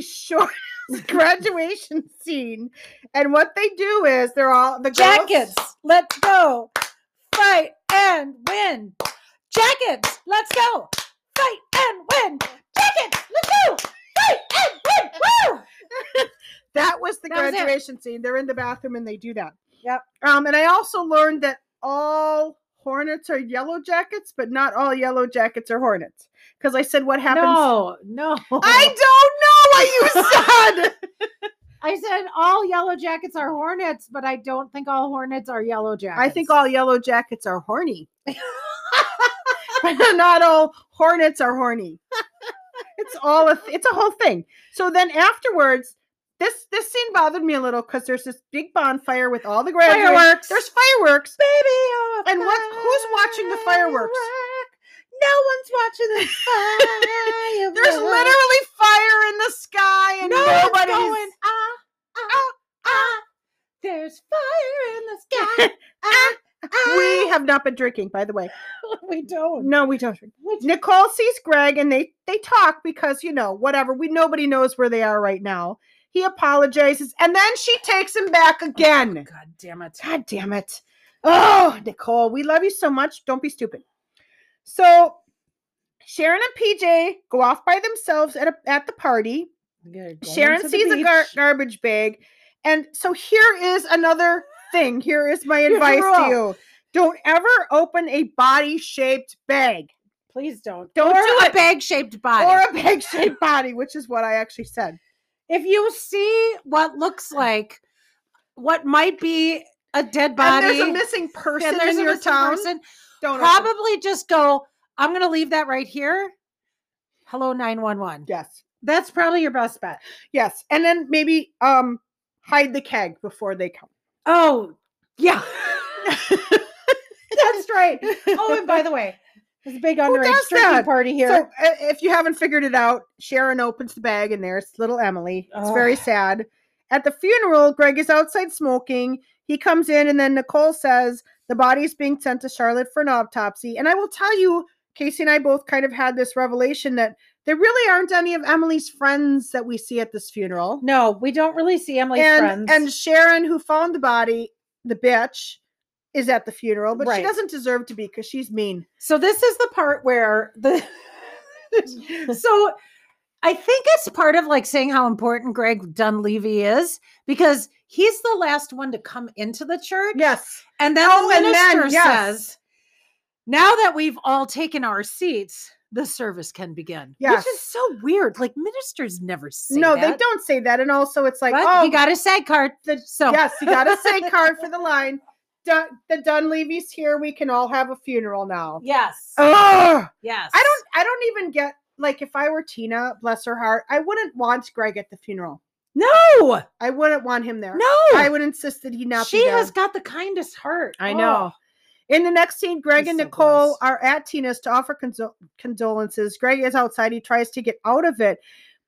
shortest graduation scene, and what they do is they're all the girls-
Jackets, let's go. Fight and win. Jackets, let's go. Fight and win. Jackets, let's go. Fight and win. Woo!
That was the
That was it.
graduation scene. They're in the bathroom and they do that.
Yep.
Um, and I also learned that all hornets are yellow jackets, but not all yellow jackets are hornets. Because I said what happens.
No, no.
I don't know what you said.
I said all yellow jackets are hornets, but I don't think all hornets are yellow jackets.
I think all yellow jackets are horny. But not all hornets are horny. It's all a th- it's a whole thing. So then afterwards, this this scene bothered me a little because there's this big bonfire with all the graduates.
Fireworks.
There's fireworks.
baby. oh,
And what- who's watching the fireworks?
firework. No one's watching the fireworks.
There's literally fire in the sky and
no one's
nobody's
going. Ah, ah, ah. There's fire in the sky. ah, ah.
We have not been drinking, by the way.
we don't.
No, we don't drink.
We don't.
Nicole sees Greg and they they talk because you know whatever we nobody knows where they are right now. He apologizes and then she takes him back again.
God damn it.
God damn it! Oh, Nicole, we love you so much. Don't be stupid. So Sharon and PJ go off by themselves at, a, at the party. Sharon sees a gar- garbage bag. And so here is another thing. Here is my advice to
Girl.
you. Don't ever open a body shaped bag
Please don't.
Don't
or
do
a
it.
bag shaped body.
or a bag shaped body, which is what I actually said.
if you see what looks like what might be a dead body,
and there's a missing person
and there's
in
a
your
missing
town.
person,
Don't open it.
probably just go, I'm going to leave that right here. Hello, 911.
Yes.
That's probably your best bet.
Yes. And then maybe um hide the keg before they come.
Oh, yeah. That's right. Oh, and by the way, there's a big underage
does
drinking
that?
party here.
So, uh, if you haven't figured it out, Sharon opens the bag and there's little Emily. It's very sad. At the funeral, Greg is outside smoking. He comes in and then Nicole says the body is being sent to Charlotte for an autopsy. And I will tell you, Casey and I both kind of had this revelation that there really aren't any of Emily's friends that we see at this funeral.
no, we don't really see Emily's
and,
friends.
and Sharon, who found the body, the bitch, is at the funeral, but she
Right.
doesn't deserve to be because she's mean.
So this is the part where the so I think it's part of like saying how important Greg Dunleavy is because he's the last one to come into the church.
Yes.
And then
Oh,
the
and then,
minister
yes.
says, now that we've all taken our seats, the service can begin. Which
Yes.
is so weird. Like ministers never say
no, they
that,
don't say that. And also, it's like,
but
oh,
you got a side card. so
Yes, you got a say card for the line. Dun- the Dunleavy's here. We can all have a funeral now.
yes.
Oh,
yes.
I don't. I don't even get like if I were Tina, bless her heart, I wouldn't want Greg at the funeral.
No.
I wouldn't want him there.
No.
I would insist that he not. be
she
there.
has got the kindest heart.
I
Oh.
know. In the next scene, Greg
He's
and
so
Nicole
gross.
are at Tina's to offer conso- condolences. Greg is outside. He tries to get out of it.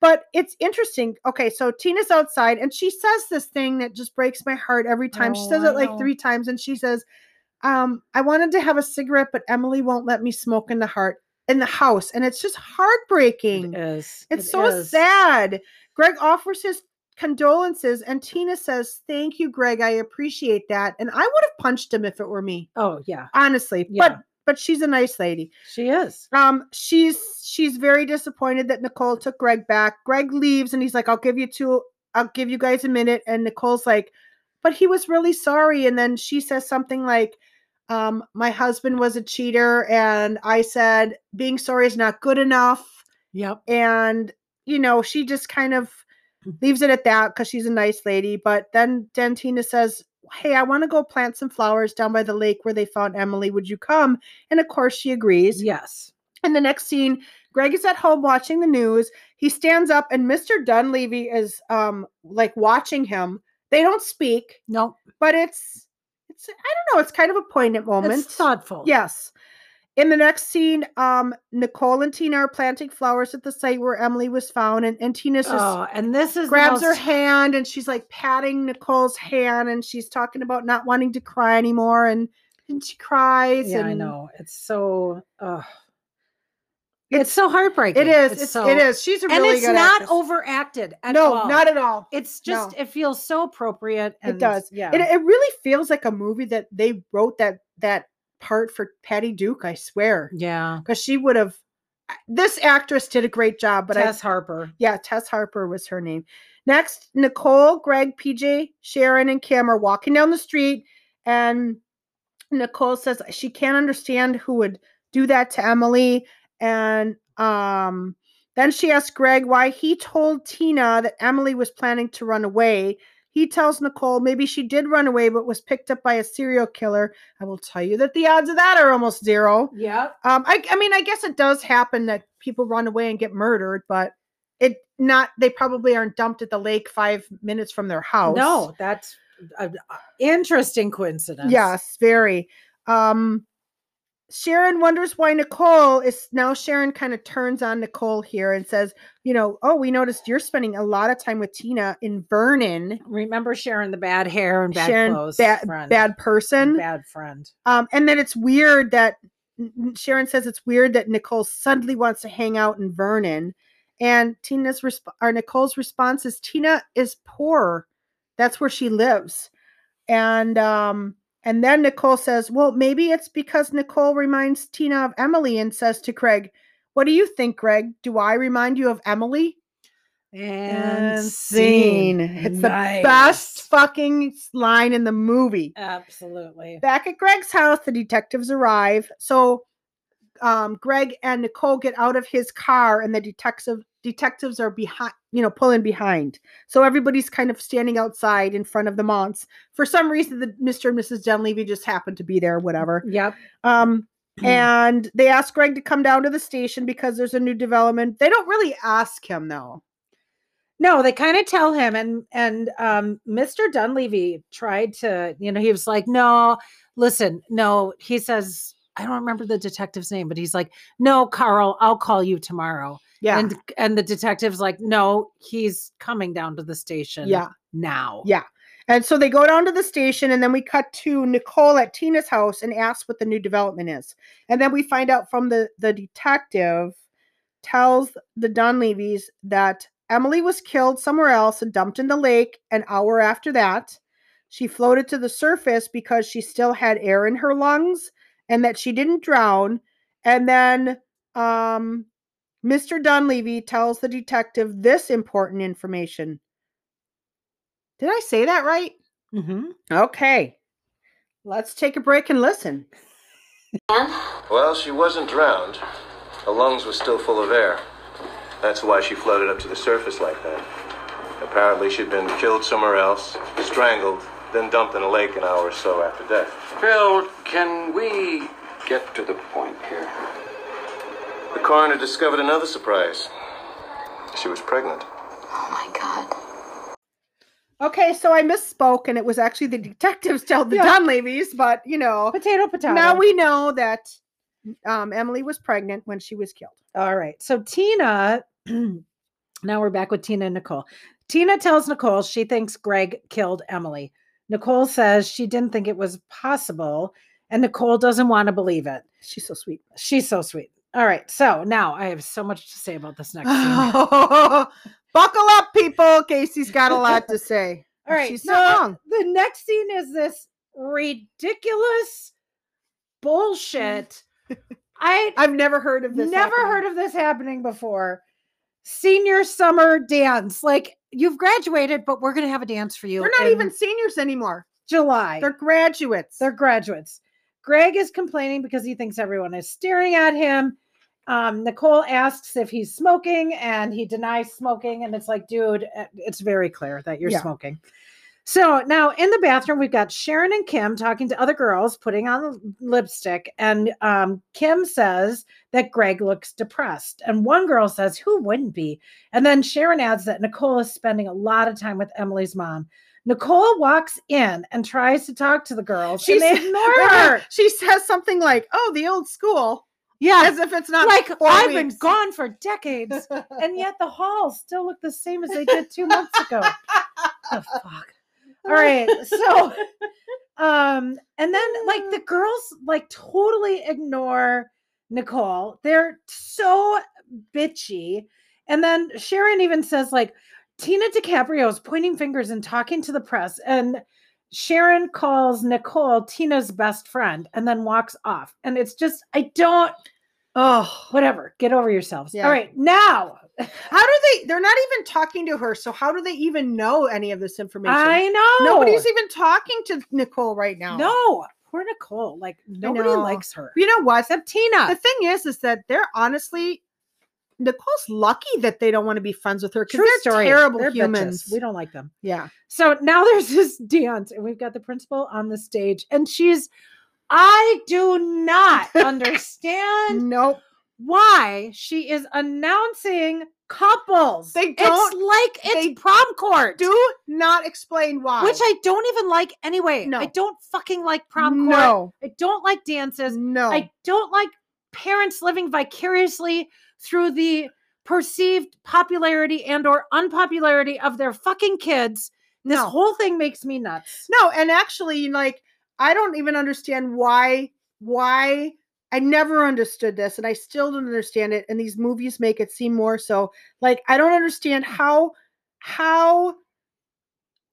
But it's interesting. Okay, so Tina's outside and she says this thing that just breaks my heart every time. she
Oh,
says
I
it like
know.
three times and she says, um, I wanted to have a cigarette, but Emily won't let me smoke in the heart in the house. And it's just heartbreaking.
is.
It's
It
so
is.
sad. Greg offers his condolences, and Tina says, Thank you, Greg. I appreciate that. And I would have punched him if it were me,
Oh yeah,
honestly.
Yeah.
But but she's a nice lady.
she is.
Um, she's she's very disappointed that Nicole took Greg back. Greg leaves and he's like, I'll give you two, I'll give you guys a minute. And Nicole's like, but he was really sorry. And then she says something like, um, my husband was a cheater, and I said, being sorry is not good enough
Yep.
and you know she just kind of leaves it at that because she's a nice lady but then dentina says hey i want to go plant some flowers down by the lake where they found emily would you come and of course she agrees
Yes.
and the next scene greg is at home watching the news he stands up and mr dunleavy is um like watching him they don't speak
No.
but it's it's i don't know it's kind of a poignant moment
It's thoughtful.
Yes. In the next scene, um, Nicole and Tina are planting flowers at the site where Emily was found, and, and Tina's just
Oh, and this is the
grabs her
most-
hand and she's like patting Nicole's hand and she's talking about not wanting to cry anymore and, and she cries.
Yeah,
and
I know. It's so. Uh, it's,
It's,
so heartbreaking.
it is.
It's
It's,
so.
it is. She's a
And
really
it's
good
not
actress.
overacted at
no,
all.
not at all.
It's just.
no.
It feels so appropriate. And
does.
Yeah.
It, it really feels like a movie that they wrote that that part for Patty Duke. I swear,
yeah.
because she would have. This actress did a great job, but
But
I
Tess Harper.
Yeah, Tess Harper was her name. Next, Nicole, Greg, PJ, Sharon, and Kim are walking down the street, and Nicole says she can't understand who would do that to Emily. And um, then she asks Greg why he told Tina that Emily was planning to run away. He tells Nicole maybe she did run away, but was picked up by a serial killer. I will tell you that the odds of that are almost zero.
Yeah.
Um, I, I mean, I guess it does happen that people run away and get murdered, but it not they probably aren't dumped at the lake five minutes from their house.
No, that's an interesting coincidence.
Yes, very. Um, Sharon wonders why Nicole is now. Sharon kind of turns on Nicole here and says, "You know, oh, we noticed you're spending a lot of time with Tina in Vernon.
Remember Sharon the bad hair and bad
Sharon,
clothes.
bad,
friend.
bad person.
Bad friend.
Um, and then it's weird that N- N- Sharon says it's weird that Nicole suddenly wants to hang out in Vernon. And Tina's resp- or Nicole's response is Tina is poor. That's where she lives. And um, And then Nicole says, Well, maybe it's because Nicole reminds Tina of Emily and says to Craig, What do you think, Greg? Do I remind you of Emily?
And
scene. It's the best fucking line in the movie.
Absolutely.
Back at Greg's house, the detectives arrive. So um, Greg and Nicole get out of his car, and the detective detectives are behind, you know, pulling behind. So everybody's kind of standing outside in front of the Monts. For some reason, the Mr. and Mrs. Dunleavy just happened to be there, whatever.
Yep.
Um,
Hmm.
and they ask Greg to come down to the station because there's a new development. They don't really ask him though.
No, they kind of tell him and and um Mr. Dunleavy tried to, you know, he was like, "No, listen, no." He says, I don't remember the detective's name, but he's like, "No, Carl, I'll call you tomorrow."
Yeah.
And and the detective's like, "No, he's coming down to the station
yeah.
now."
Yeah. And so they go down to the station, and then we cut to Nicole at Tina's house and ask what the new development is. And then we find out from the, the detective tells the Dunleavys that Emily was killed somewhere else and dumped in the lake an hour after that. She floated to the surface because she still had air in her lungs and that she didn't drown. And then um, Mr. Dunleavy tells the detective this important information. Did I say that right? Mm-hmm.
Mhm.
Okay. Let's take a break and listen.
Well, she wasn't drowned. Her lungs were still full of air. That's why she floated up to the surface like that. Apparently, she'd been killed somewhere else, strangled, then dumped in a lake an hour or so after death.
Phil, can we get to the point here?
The coroner discovered another surprise. She was pregnant.
Oh my god.
Okay, so I misspoke, and it was actually the detectives tell the
Yeah.
Dunleavys, but you know,
Potato potato.
now we know that um, Emily was pregnant when she was killed.
All right. So Tina, now we're back with Tina and Nicole. Tina tells Nicole she thinks Greg killed Emily. Nicole says she didn't think it was possible, and Nicole doesn't want to believe it.
She's so sweet.
She's so sweet. All right. So now I have so much to say about this next scene.
Buckle up, people. Casey's got a lot to say.
All right.
She's
so
not wrong.
the next scene is this ridiculous bullshit. I
I've never heard of this.
Never heard of this happening before. Senior summer dance. Like you've graduated, but we're gonna have a dance for you.
They're not
in
even seniors anymore.
July.
They're
They're,
graduates.
graduates. Greg is complaining because he thinks everyone is staring at him. Um, Nicole asks if he's smoking, and he denies smoking. And it's like, dude, uh, it's very clear that you're
Yeah.
smoking. So now in the bathroom, we've got Sharon and Kim talking to other girls, putting on lipstick. And um, Kim says that Greg looks depressed. And one girl says, Who wouldn't be? And then Sharon adds that Nicole is spending a lot of time with Emily's mom. Nicole walks in and tries to talk to the girls.
She's-
and they ignore her.
she says something like, "Oh, the old school,"
Yeah.
as if it's not
Like,
four
I've been
weeks.
gone for decades. and yet the halls still look the same as they did two months ago. the fuck. All right. So um and then like the girls like totally ignore Nicole. They're so bitchy. And then Sharon even says like Tina DiCaprio is pointing fingers and talking to the press and Sharon calls Nicole Tina's best friend and then walks off. And it's just I don't
Oh,
whatever. Get over yourselves.
Yeah.
All right. Now
how do they? They're not even talking to her. So how do they even know any of this information?
I know.
Nobody's even talking to Nicole right now.
No, poor Nicole. Like nobody
know.
likes her
you know what?
except Tina.
The thing is, is that they're honestly Nicole's lucky that they don't want to be friends with her because they're terrible
They're bitches.
humans.
We don't like them.
Yeah,
So now there's this dance, and we've got the principal on the stage, and she's. I do not understand
nope.
why she is announcing couples.
They don't-
It's like
they
it's prom court,
Do not explain why.
which I don't even like anyway.
No.
I don't fucking like prom court.
No,
I don't like dances.
no.
I don't like parents living vicariously through the perceived popularity and or unpopularity of their fucking kids. This
No.
whole thing makes me nuts.
No, and actually, like, I don't even understand why, why I never understood this, and I still don't understand it. And these movies make it seem more so.
Mm.
Like, I don't understand how, how,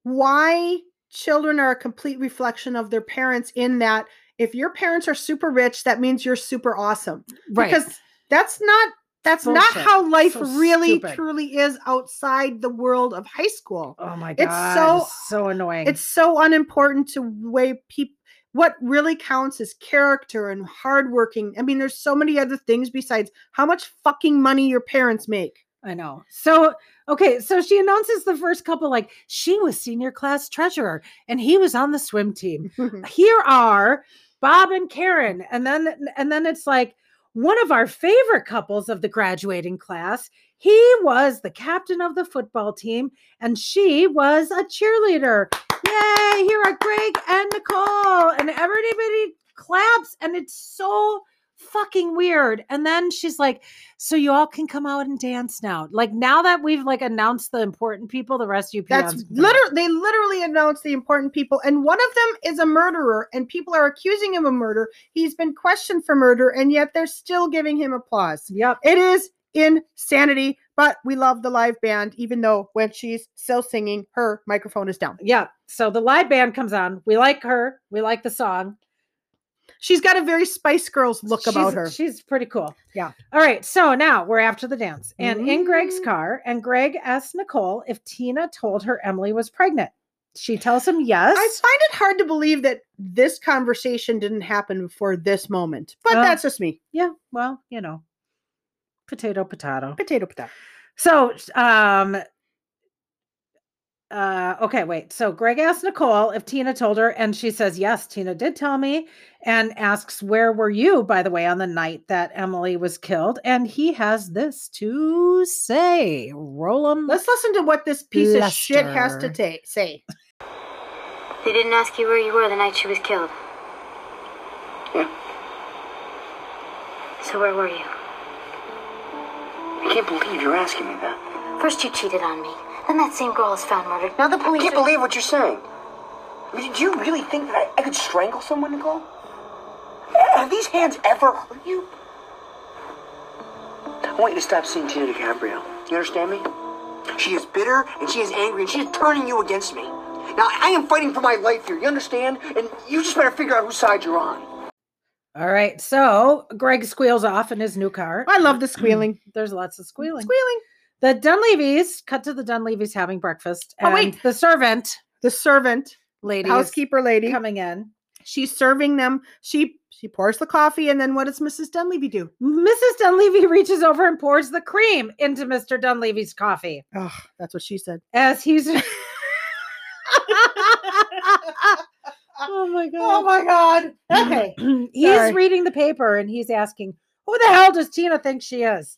why children are a complete reflection of their parents in that if your parents are super rich, that means you're super awesome.
Right.
Because that's not that's not
Bullshit.
how life
So
really
stupid.
truly is outside the world of high school.
oh my
it's
god,
so-
it's so annoying.
It's so unimportant to way people what really counts is character and hardworking. I mean, there's so many other things besides how much fucking money your parents make.
I know. So, okay. So she announces the first couple like she was senior class treasurer and he was on the swim team. Here are Bob and Karen. And then, and then it's like one of our favorite couples of the graduating class. He was the captain of the football team and she was a cheerleader. Yay. Here are Greg and Nicole. And everybody claps. And it's so fucking weird. And then she's like, so you all can come out and dance now. Like now that we've like announced the important people, the rest of you peons
That's
can come out.
literally they literally announced the important people, and one of them is a murderer, and people are accusing him of murder. He's been questioned for murder, and yet they're still giving him applause.
Yep.
It is insanity, but we love the live band, even though when she's still singing, her microphone is down.
Yeah. So the live band comes on. We like her. We like the song.
She's got a very Spice Girls look
She's-
about her.
She's pretty cool.
Yeah.
All right. So now we're after the dance and in Greg's
Mm.
car. And Greg asks Nicole if Tina told her Emily was pregnant. She tells him yes.
I find it hard to believe that this conversation didn't happen before this moment, but
Well-
that's just me.
yeah. Well, you know, potato, potato.
Potato, potato.
So, um, uh, okay, wait. So Greg asks Nicole if Tina told her, and she says, Yes, Tina did tell me, and asks, Where were you, by the way, on the night that Emily was killed? And he has this to say Roll 'em.
Let's listen to what this piece of shit has to
Lester.
ta- say.
They didn't ask you where you were the night she was killed.
Yeah.
So where were you?
I can't believe you're asking me that.
First you cheated on me. Then that same girl is found murdered. Now the
I
police.
can't
are-
believe what you're saying. I mean, do you really think that I, I could strangle someone, Nicole? Have these hands ever hurt you? I want you to stop seeing Tina DiCaprio. You understand me? She is bitter and she is angry and she is turning you against me. Now, I am fighting for my life here, you understand? And you just better figure out whose side you're on.
All right. So Greg squeals off in his new car.
I love the squealing.
There's lots of squealing.
squealing.
The Dunleavys cut to the Dunleavys having breakfast.
Oh, wait.
and The servant
The servant
lady is
housekeeper lady.
coming in.
She's serving them. She she pours the coffee, and then what does Mrs. Dunleavy do?
Mrs. Dunleavy reaches over and pours the cream into Mr. Dunleavy's coffee
Oh, that's what she said.
as he's. oh my god!
my god. Okay.
he's
sorry.
reading the paper and he's asking, "Who the hell does Tina think she is?"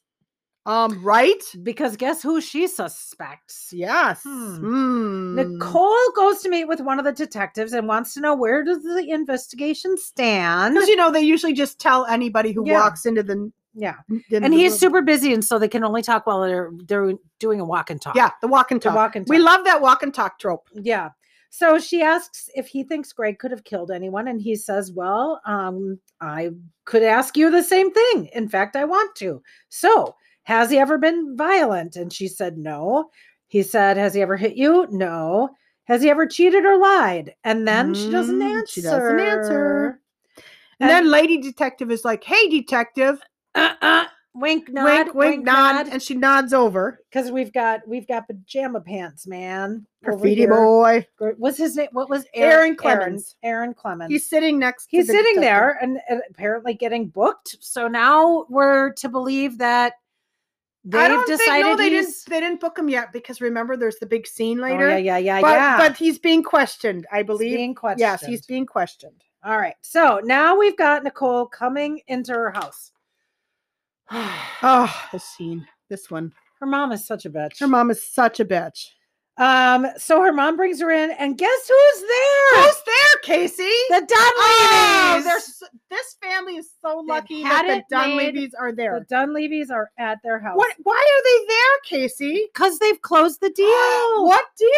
Mm-hmm.
um, right?
Because guess who she suspects?
Yes. Hmm.
Nicole goes to meet with one of the detectives and wants to know where does the investigation stand.
Because you know they usually just tell anybody who
Yeah.
walks into the
Yeah,
into
and
the
he's
room.
super busy, and so they can only talk while they're they're doing a walk and talk.
Yeah, the walk and
to
talk.
walk and talk.
We love that walk and talk trope.
Yeah. So she asks if he thinks Greg could have killed anyone, and he says, "Well, um, I could ask you the same thing. In fact, I want to. So, has he ever been violent?" And she said, "No." He said, "Has he ever hit you?" "No." Has he ever cheated or lied? And then she doesn't
Mm,
answer.
she doesn't answer.
And-
And, then Lady Detective is like, "Hey, Detective,
Uh, uh, wink, nod,
wink, wink, nod,", and she nods over.
Because we've got we've got pajama pants, man. over
Graffiti
here.
boy.
Gr- What's his name? What was
Aaron Clemens.
Aaron, Aaron Clemens.
He's sitting next. to
he's
the
sitting
detective.
there and, and apparently getting booked. So now we're to believe that they've
I don't
decided
think, no, they
he's.
didn't. They didn't book him yet because remember, there's the big scene
Oh,
later.
yeah, yeah, yeah,
but,
yeah.
but he's being questioned. I
He's
believe.
being questioned.
Yes, he's being questioned.
All right. So now we've got Nicole coming into her house. her
Oh, the scene. This one.
mom is such a bitch.
Her mom is such a bitch.
Um. So her mom brings her in, and guess who's there?
Who's there, Casey?
the Dunleavys.
Oh, they're s- this family is so
They've
lucky
had
that
it
the
made-
Dunleavys are
the
there.
Dunleavys are at their house.
What? Why are they there, Casey?
Because they've closed the deal.
what deal?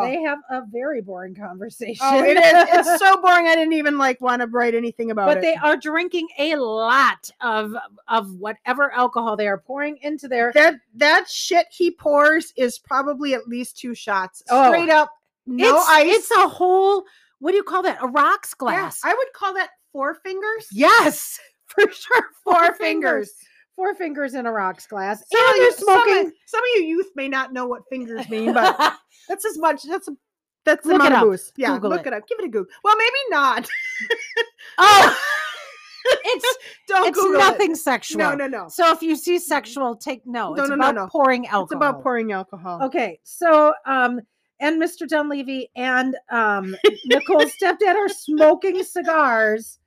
They have a very boring conversation.
Oh, it is. It's so boring. I didn't even like want to write anything about
but
it.
they are drinking a lot of of whatever alcohol they are pouring into their
that that shit he pours is probably at least two shots
Oh.
straight up no
it's,
ice.
It's a whole, what do you call that? A rocks
Yeah,
glass.
I would call that four fingers.
yes, for sure.
Four fingers.
Four fingers in a rocks glass.
Some
and
of
you're
you- some of-
smoking.
Some of, you youth may not know what fingers mean, but that's as much. That's a, that's the
Look it
amount of
up.
booze. Yeah,
Google
look
it.
it. up. Give it a Google. Well, maybe not.
oh, it's
Don't
it's
Google it.
nothing sexual.
No, no, no.
So if you see sexual, take no.
No,
It's
no, no,
about
no.
pouring alcohol.
It's about pouring alcohol.
Okay, so um, and Mr. Dunleavy and um, Nicole's stepdad are smoking cigars.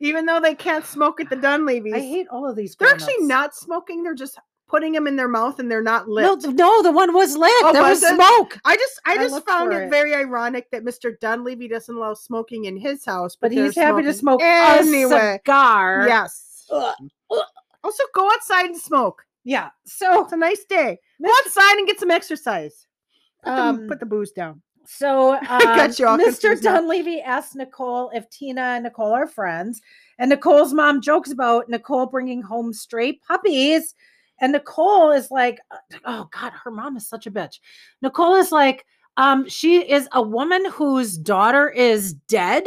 Even though they can't smoke at the Dunleavy's,
I hate all of these.
they're actually
grown-ups.
not smoking. They're just putting them in their mouth and they're not lit.
No, th- no, the one was lit.
Oh,
there was
was it?
smoke,
I just I,
I
just
looked
found
for
it,
it.
very ironic that Mr. Dunleavy doesn't allow smoking in his house,
but
they're
he's happy to
smoking
smoke a
anyway.
cigar.
Yes.
Ugh,
Also, go outside and smoke.
yeah. So,
It's a nice day. Go outside and get some exercise. Put, the,
um,
put the booze down.
so um,
got you all
Mr.
confused now.
Dunleavy asked Nicole if Tina and Nicole are friends, and Nicole's mom jokes about Nicole bringing home stray puppies, and Nicole is like, "Oh God, her mom is such a bitch." Nicole is like. Um, she is a woman whose daughter is dead.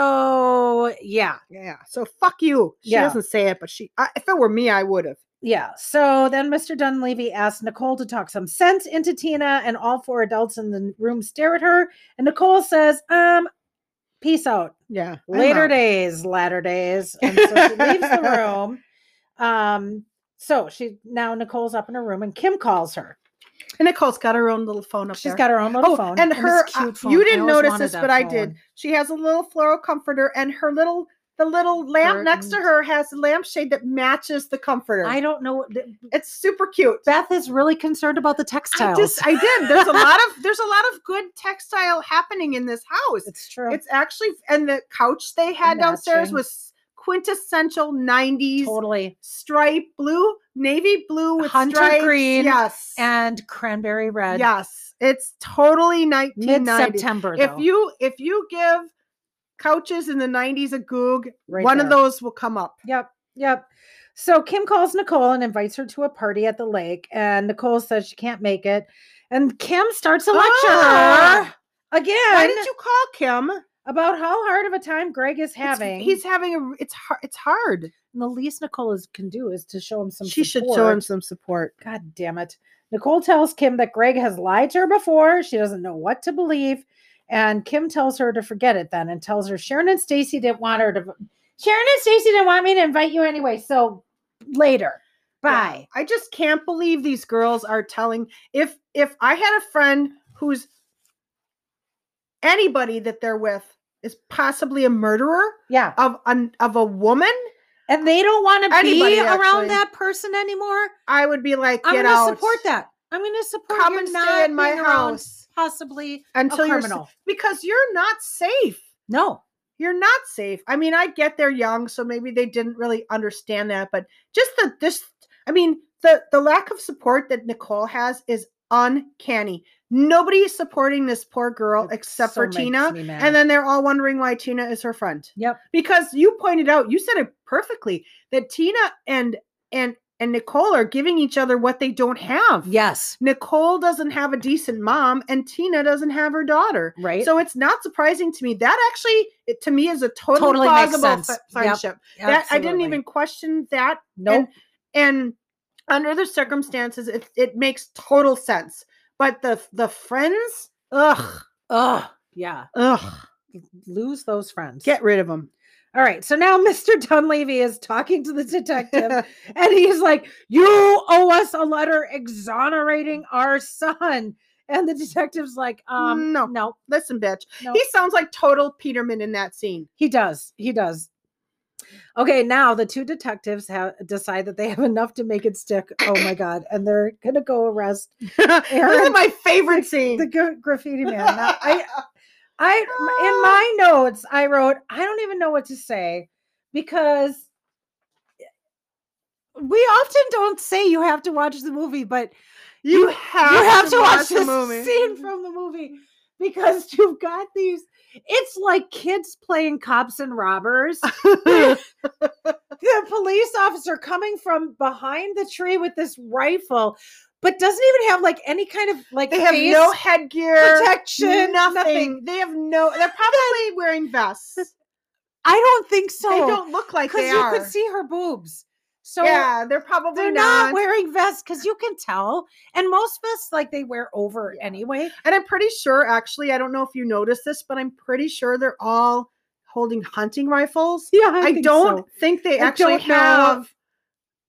So yeah,
Yeah. So fuck you. She
Yeah.
doesn't say it, but she. I, if it were me, I would have.
Yeah. So then Mr. Dunleavy asked Nicole to talk some sense into Tina, and all four adults in the room stare at her. And Nicole says, um, peace out.
Yeah. I'm
Later
out.
days, latter days. And so she leaves the room. Um, so she now Nicole's up in her room and Kim calls her.
And Nicole's got her own little phone up
She's
there.
got her own little
oh,
phone.
and
It was a
her.
cute
uh,
phone.
You
I
didn't
always
notice
wanted
this,
that
but I did.
phone.
She has a little floral comforter, and her little the little lamp next to
Curtains.
her has a lampshade that matches the comforter.
I don't know. what-
it's super cute.
Beth is really concerned about the
I
textiles.
just I did. There's a lot of there's a lot of good textile happening in this house.
it's true.
It's actually and the couch they had downstairs
matching.
was quintessential 90s
totally.
stripe blue, navy blue with
Hunter
stripes.
green
Yes.
And cranberry red.
yes. It's totally 1990s.
Mid-September.
If
though.
you if you give couches in the 90s a goog,
Right
one of
there.
those will come up.
Yep. Yep. So Kim calls Nicole and invites her to a party at the lake. And Nicole says she can't make it. And Kim starts to lecture her
Ah! Why
again
did you call Kim?
about how hard of a time Greg is
It's-
having.
he's having a it's hard it's hard.
and the least Nicole is, can do is to show him some
She should show him
support.
some support.
God damn it. Nicole tells Kim that Greg has lied to her before. She doesn't know what to believe. And Kim tells her to forget it then and tells her Sharon and Stacy didn't want her to Sharon and Stacy didn't want me to invite you anyway. So later.
Yeah.
Bye.
I just can't believe these girls are telling if if I had a friend who's anybody that they're with is possibly a murderer
Yeah.
of an of a woman,
and they don't want to be
Anybody,
around
actually.
that person anymore,
I would be like,
I'm
get
going
out.
to support that. I'm going to support
Come
you
and
not
stay in my
being around
house
possibly
until
a
you're s-
criminal.
because you're not safe.
no,
You're not safe. I mean, I get they're young, so maybe they didn't really understand that, but just the this I mean, the the lack of support that Nicole has is uncanny. Nobody is supporting this poor girl
It
except
so
for
makes
Tina.
me mad.
And then they're all wondering why Tina is her friend.
Yep.
Because you pointed out, you said it perfectly that Tina and and and Nicole are giving each other what they don't have.
yes,
Nicole doesn't have a decent mom and Tina doesn't have her daughter.
right.
So it's not surprising to me. That actually it, to me is a totally,
Totally makes
plausible
sense. Yep,
fi- friendship. That I didn't
Absolutely.
even question that
Nope.
and under the circumstances it, it makes total sense. But the the friends, ugh,
Ugh. Yeah.
ugh,
Lose those friends.
get rid of them.
All right. So now Mr. Dunleavy is talking to the detective and he's like, You owe us a letter exonerating our son. And the detective's like, um,
No.
no,
Listen, bitch.
no.
He sounds like total Peterman in that scene.
He does. He does. Okay, now the two detectives have decide that they have enough to make it stick. Oh my god! And they're gonna go arrest
this
Aaron-
is my favorite scene.
the gra- graffiti man. Now, I, I, in my notes, I wrote, I don't even know what to say because eh, we often don't say you have to watch the movie, but
you have,
you have
to,
to watch
the
this
movie.
scene from the movie because you've got these. It's like kids playing cops and robbers. the police officer coming from behind the tree with this rifle, but doesn't even have like any kind of like
They have
face
no headgear,
protection,
nothing.
nothing.
They have no. They're probably wearing vests.
I don't think so.
They don't look like
because
they
you
are.
could see her boobs. So
yeah, they're probably
they're not,
not.
wearing vests because you can tell. And most vests, like they wear over
Yeah.
anyway.
and I'm pretty sure, actually, I don't know if you noticed this, but I'm pretty sure they're all holding hunting rifles.
Yeah,
I, don't think they
I
actually
don't know.
have.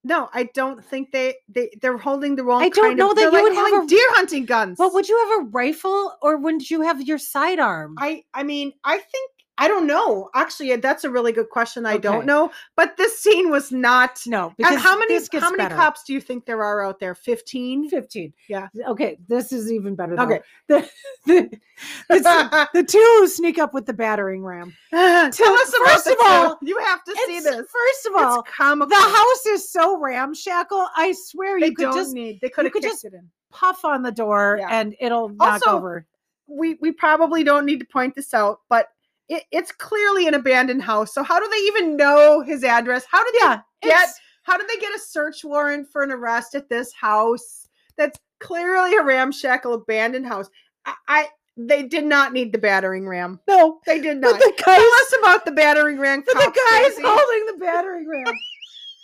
No, I don't think they they they're holding the wrong.
I don't
kind
know
of,
that
they're
you
like
would have
holding
a-
deer hunting guns.
But would you have a rifle or wouldn't you have your sidearm?
I I mean I think I don't know. Actually, that's a really good question. I
Okay.
don't know. But this scene was not.
no,
And
because
how many
this gets
how many
better.
cops do you think there are out there? Fifteen.
15.
Yeah.
Okay, this is even better. Though.
Okay.
The, the, the, the two sneak up with the battering ram.
Tell us about
first
the
of all,
two. You have to see
It's-
this.
First of all,
it's comical.
the house is so ramshackle. I swear
they
you could
don't
just
need. They could
you
have
could
kicked
just-
it in.
puff on the door
Yeah.
and it'll knock
Also,
over.
We we probably don't need to point this out, but it, it's clearly an abandoned house. So how do they even know his address? How did they
Yeah.
get
it's-
how did they get a search warrant for an arrest at this house that's clearly a ramshackle abandoned house i, I they did not need the battering ram
no.
they did
But
not
the
tell
guys
us about the battering ram
But the
cops,
guy's
Stacey.
holding the battering ram.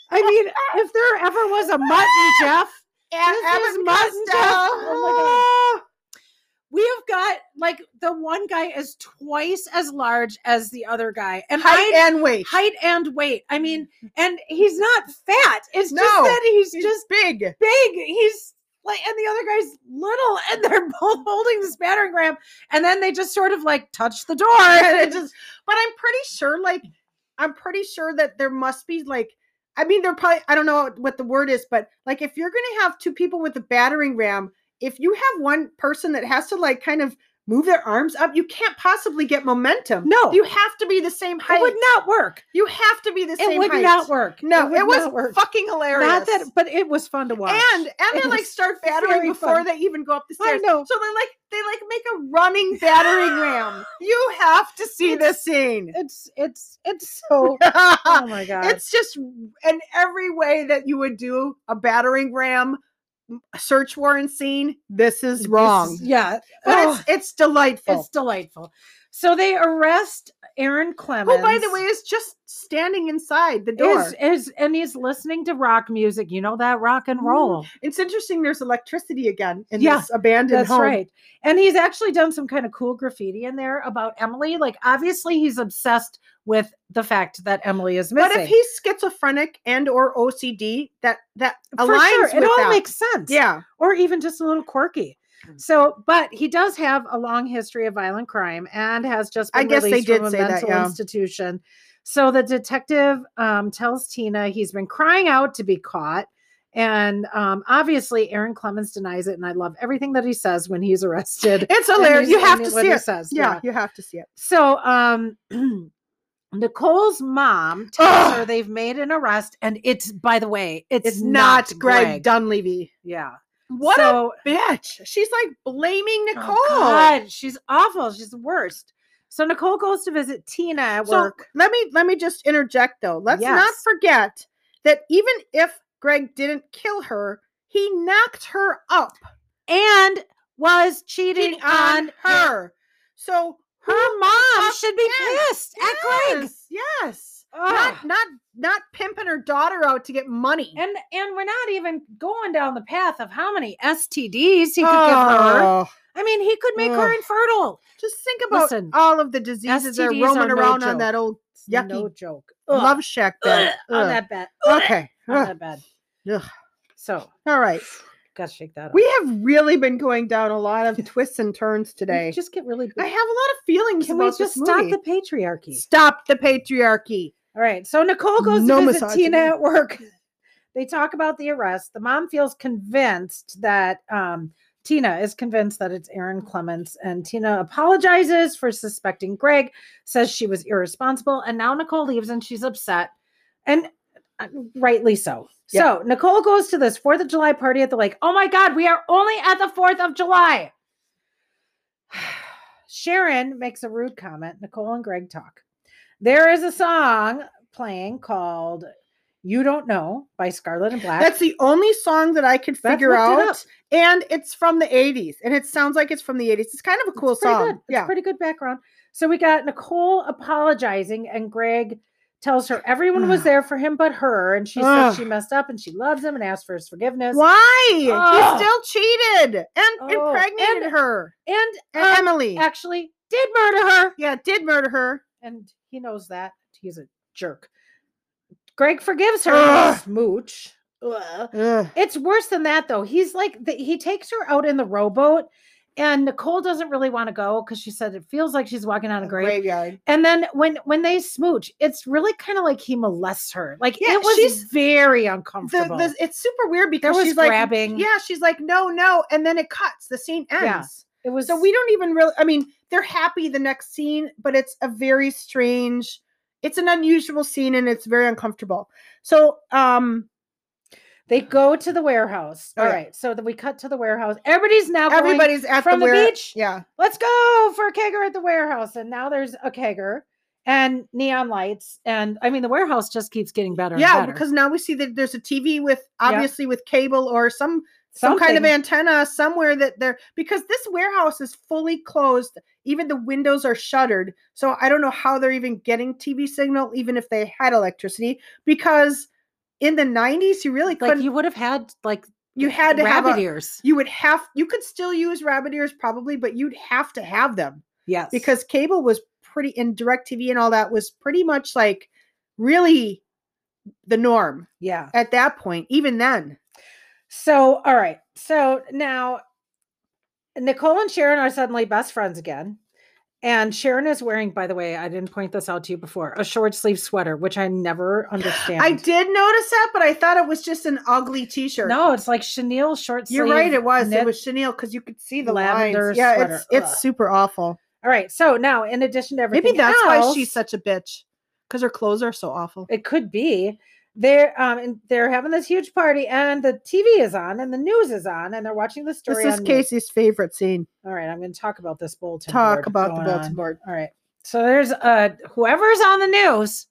I mean, if there ever was a mutton, Jeff,
A-
this
Abbott
is mutton, Jeff. Oh
Costello.
we have got like the one guy is twice as large as the other guy, and
height
I
and weight
height and weight. I mean, and he's not fat. It's just
No,
that he's,
he's
just
just big
big. He's like, and the other guy's little, and they're both holding this battering ram, and then they just sort of like touch the door,
and
and
it
it just
just but i'm pretty sure like i'm pretty sure that there must be like i mean there probably i don't know what the word is but like if you're gonna have two people with a battering ram if you have one person that has to like kind of move their arms up you can't possibly get momentum
No.
you have to be the same height
it would not work.
you have to be the same
It would
height.
not work.
no
would
it, was
not work.
fucking hilarious
Not that, but it was fun to watch.
and and
It
they like
was
start
very
battering before
fun.
they even go up the
I
stairs.
know.
So they like they like make a running battering ram. You have to see this scene.
it's it's it's so.
Ah,
Oh my god!
It's just in every way that you would do a battering ram m- search warrant scene. This is
This-
wrong,
yeah,
but
Oh,
it's it's delightful.
it's delightful. So they arrest Aaron Clemens.
Who, by the way, is just standing inside the door.
is is and he's listening to rock music. You know that rock
Mm-hmm.
and roll.
It's interesting. There's electricity again in
Yeah,
this abandoned
That's
home.
right. And he's actually done some kind of cool graffiti in there about Emily. Like obviously he's obsessed with the fact that Emily is missing.
But if he's schizophrenic and or OCD, that that
For
aligns
sure,
with
it all
that.
makes sense.
yeah.
Or even just a little quirky.
Mm.
So, but he does have a long history of violent crime and has just
I
been
guess they
released
did
from a
say that,
mental
yeah.
institution. So the detective um, tells Tina he's been crying out to be caught. And um, obviously, Aaron Clemens denies it. And I love everything that he says when he's arrested.
It's
and
hilarious.
he's-
You have
and
to
what
see
he
it.
says,
Yeah, you have to see it.
So, um, Nicole's mom tells her they've made an arrest, and it's by the way, it's,
It's not Greg, Dunleavy.
Yeah.
What
so,
a bitch. She's like blaming
oh,
Nicole.
God, she's awful. She's the worst. So Nicole goes to visit Tina at
So
work.
let me let me just interject though. Let's not
Yes.
forget that even if Greg didn't kill her, he knocked her up
And was cheating on her.
her. So
Her mom should be
yes,
pissed at Greg.
yes, yes.
Ugh.
not not not pimping her daughter out to get money.
And and we're not even going down the path of how many STDs he could give her.
Oh,
I mean, he could make her
Ugh.
infertile.
Just think about
Listen,
all of the diseases that are
STDs are
roaming
no
around
joke.
on that old
It's
yucky
No joke. Ugh.
love shack bed.
Ugh. on
Ugh.
that bed.
Okay.
On
Ugh.
that bed.
Ugh.
So
All right.
gotta shake that.
We have really been going down a lot of twists and turns
We
today.
just get really.
I have a lot of feelings
Can we
about
just
this
stop
movie.
the patriarchy?
Stop the patriarchy.
All right. So Nicole goes
No
to visit
misogyny.
Tina at work. They talk about the arrest. The mom feels convinced that um, Tina is convinced that it's Aaron Clements, and Tina apologizes for suspecting Greg, says she was irresponsible, and now Nicole leaves and she's upset, and uh, rightly so. So Nicole goes to this Fourth of July party at the lake. Oh my God, we are only at the Fourth of July. Sharon makes a rude comment. Nicole and Greg talk. There is a song playing called You Don't Know by Scarlet and Black.
That's the only song that I could
Beth
figure
looked it up.
out. And it's from the 80s. And it sounds like it's from the 80s. It's kind of a cool
pretty
song.
Good. It's
Yeah.
pretty good background. So we got Nicole apologizing, and Greg tells her everyone was
Ugh.
there for him but her, and she says
Ugh.
she messed up and she loves him and asks for his forgiveness.
Why?
Ugh.
He still cheated and
Oh,
impregnated
and-
her.
And,
And
um,
Emily.
actually did murder her,
yeah, did murder her.
and he knows that he's a jerk. Greg forgives her
Ugh.
smooch. Ugh.
Ugh.
It's worse than that, though. He's like, the, he takes her out in the rowboat, and Nicole doesn't really want to go because she said it feels like she's walking on a grave.
Graveyard.
And then when when they smooch, it's really kind of like he molests her. Like
Yeah,
it was
she's-
very
The,
uncomfortable.
the, it's super weird
there
because
was
she's
grabbing.
like, yeah, she's like, no, no, and then it cuts. The scene ends.
Yeah. it was.
So we don't even really. I mean, they're happy the next scene, but it's a very strange. It's an unusual scene, and it's very uncomfortable. So, um,
They go to the warehouse.
Oh,
All right,
yeah.
So then we cut to the warehouse. Everybody's now. going,
everybody's at
Oh, from the
the, ware-
beach?
Yeah,
Let's go for a kegger at the warehouse. And now there's a kegger and neon lights. And I mean, the warehouse just keeps getting better. and
yeah,
better.
because now we see that there's a TV with obviously with cable or some some kind of
Something-
antenna somewhere that they're because this warehouse is fully closed. Even the windows are shuttered. So I don't know how they're even getting TV signal, even if they had electricity, because in the 90s you really couldn't.
like
you,
you would have had like
had to have
rabbit
a,
ears.
you would have you could still use rabbit ears probably but you'd have to have them
Yes,
because cable was pretty and direct tv and all that was pretty much like really the norm
yeah.
at that point even then
So all right. So now Nicole and Sharon are suddenly best friends again. And Sharon is wearing, by the way, I didn't point this out to you before, a short sleeve sweater, which I never understand.
i did notice that but i thought it was just an ugly t-shirt
No, it's like chenille short sleeve.
you're right it was
knit-
it was chenille because you could see the
lavender
lines yeah
sweater.
it's, it's
Ugh.
super awful
All right. So now, in addition to everything,
maybe that's why
else,
she's such a bitch because her clothes are so awful
It could be. They're um and they're having this huge party, and the TV is on, and the news is on, and they're watching the
this
story.
is
on news.
casey's favorite scene
All right, I'm going to talk about this bulletin.
talk
board
about the
going
bulletin
on.
board
All right. So there's a whoever's on the news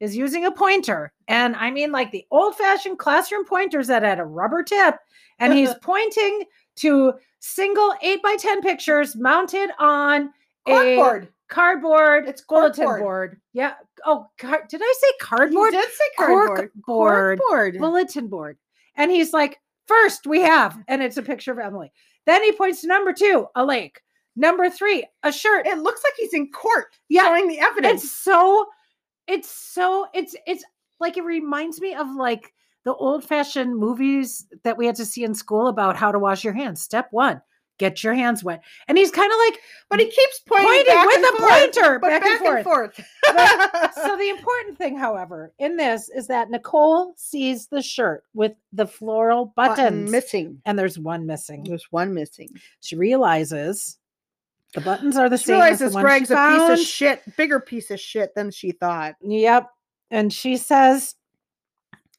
is using a pointer. And I mean like the old-fashioned classroom pointers that had a rubber tip. And he's pointing to single eight by ten pictures mounted on a
Cardboard.
cardboard
It's
bulletin
corkboard.
board. Yeah. Oh, car- did I say cardboard?
You did say
Cork
cardboard.
board.
Corkboard.
bulletin board. And he's like, first we have, and it's a picture of Emily. Then he points to number two, a lake. Number three, a shirt.
it looks like he's in court
yeah,
showing the evidence.
it's so, it's so, it's it's like it reminds me of like the old fashioned movies that we had to see in school about how to wash your hands. Step one, get your hands wet. And he's kind of like
But he keeps pointing,
pointing
back
with
and
a
forth,
pointer
but
back, and forth.
forth.
so the important thing, however, in this is that Nicole sees the shirt with the floral buttons,
Button missing.
and there's one missing.
There's one missing.
She realizes the buttons are the
She
same. as the
realizes
one she
Greg's a piece
found.
of shit, bigger piece of shit than she thought.
Yep. And she says,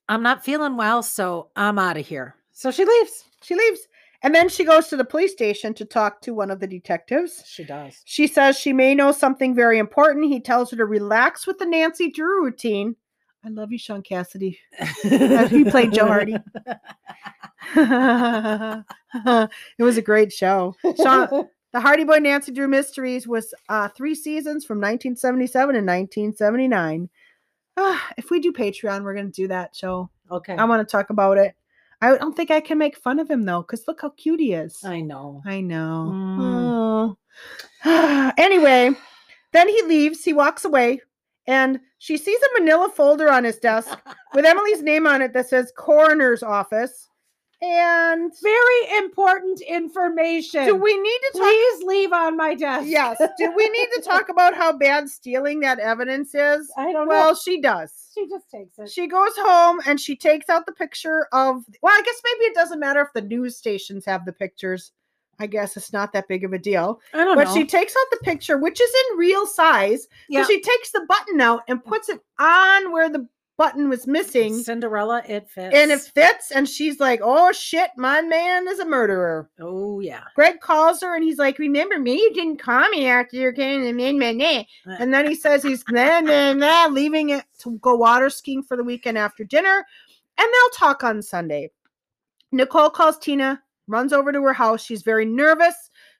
"I'm not feeling well, so I'm out of here." So she leaves.
She leaves. And then she goes to the police station to talk to one of the detectives.
She does.
She says she may know something very important. He tells her to relax with the Nancy Drew routine. I love you, Sean Cassidy. Uh, he played Joe Hardy. it was a great show. Sean, the Hardy Boy Nancy Drew Mysteries was uh, three seasons from 1977 and 1979. Ah, if we do Patreon, we're going to do that show.
okay.
I want to talk about it. I don't think I can make fun of him though, because look how cute he is.
I know.
I know.
Mm.
Oh. anyway, then he leaves. He walks away, and she sees a manila folder on his desk with Emily's name on it that says coroner's office. And
Very important information.
do we need to talk?
please leave on my desk?
Yes. Do we need to talk about how bad stealing that evidence is?
I don't know.
Well, she does.
She just takes it.
She goes home and she takes out the picture of. Well, I guess maybe it doesn't matter if the news stations have the pictures. I guess it's not that big of a deal.
I don't
But
know.
she takes out the picture, which is in real size.
yeah.
So she takes the button out and puts it on where the button was missing,
Cinderella, it fits.
and it fits. And she's like, "Oh shit, my man is a murderer."
oh yeah,
Greg calls her, and he's like, "Remember me? You didn't call me after you came and made my name." And then he says he's nah, nah, nah, leaving it to go water skiing for the weekend after dinner, and they'll talk on Sunday. Nicole calls Tina, runs over to her house. She's very nervous.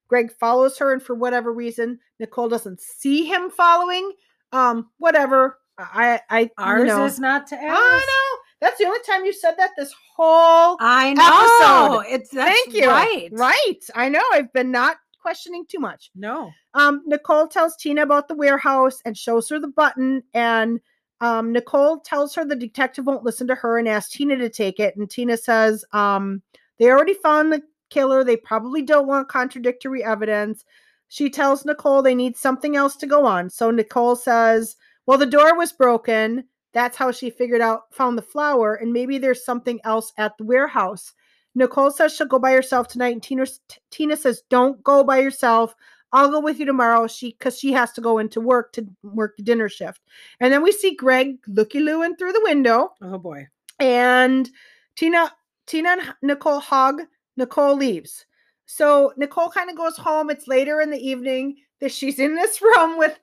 Greg follows her, and for whatever reason, Nicole doesn't see him following. Um, whatever. I, I, I-
ours
you know. Oh,
is not to ours.
I know. That's the only time you said that this whole
I know.
Episode.
It's that's
Thank you.
Right.
Right. I know. I've been not questioning too much.
No.
Um, Nicole tells Tina about the warehouse and shows her the button. And um, Nicole tells her the detective won't listen to her and asks Tina to take it. And Tina says, um, they already found the killer. They probably don't want contradictory evidence. She tells Nicole they need something else to go on. So Nicole says, well, the door was broken. That's how she figured out, found the flower. And maybe there's something else at the warehouse. Nicole says she'll go by herself tonight. And Tina, Tina says, don't go by yourself. I'll go with you tomorrow. She because she has to go into work to work the dinner shift. And then we see Greg looky looing through the window.
Oh boy.
And Tina Tina and H- Nicole hug. Nicole leaves. So Nicole kind of goes home. It's later in the evening that she's in this room with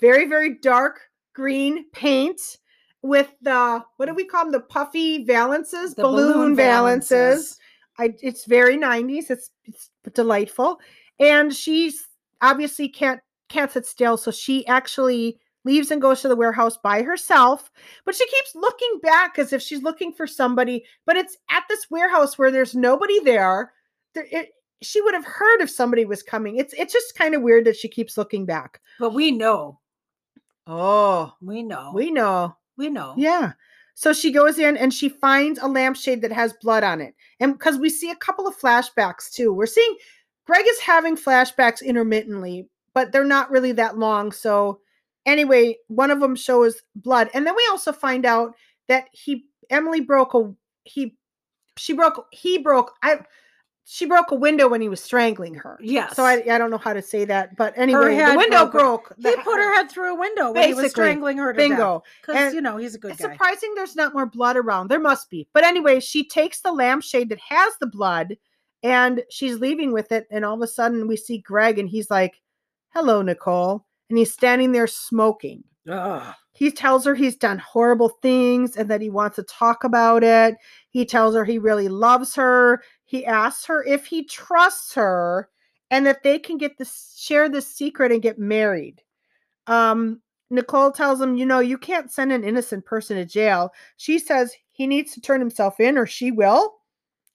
very, very dark green paint with the what do we call them? The puffy valances,
The
balloon, valances. I, it's very 90s. It's, it's delightful. And she's obviously can't can't sit still, so she actually leaves and goes to the warehouse by herself. But she keeps looking back as if she's looking for somebody. But it's at this warehouse where there's nobody there. There, it, she would have heard if somebody was coming. It's it's just kind of weird that she keeps looking back.
But we know.
Oh,
We know. We,
we know.
know.
Yeah. So she goes in and she finds a lampshade that has blood on it. And because we see a couple of flashbacks too. We're seeing Greg is having flashbacks intermittently, but they're not really that long. So anyway, one of them shows blood. And then we also find out that he Emily broke a he she broke he broke I she broke a window when he was strangling her.
Yes.
So I, I don't know how to say that, but anyway, the
head
window
broke.
broke.
He
The-
put her head through a window when he was
Basically.
strangling her to
bingo.
Because
And
you know he's a good
it's
guy.
surprising there's not more blood around. There must be. But anyway, she takes the lampshade that has the blood and she's leaving with it. And all of a sudden we see Greg and he's like, Hello, Nicole. And he's standing there smoking.
Ugh.
He tells her he's done horrible things and that he wants to talk about it. He tells her he really loves her. He asks her if he trusts her and that they can get this share this secret and get married. Um Nicole tells him, you know, you can't send an innocent person to jail. She says he needs to turn himself in or she will.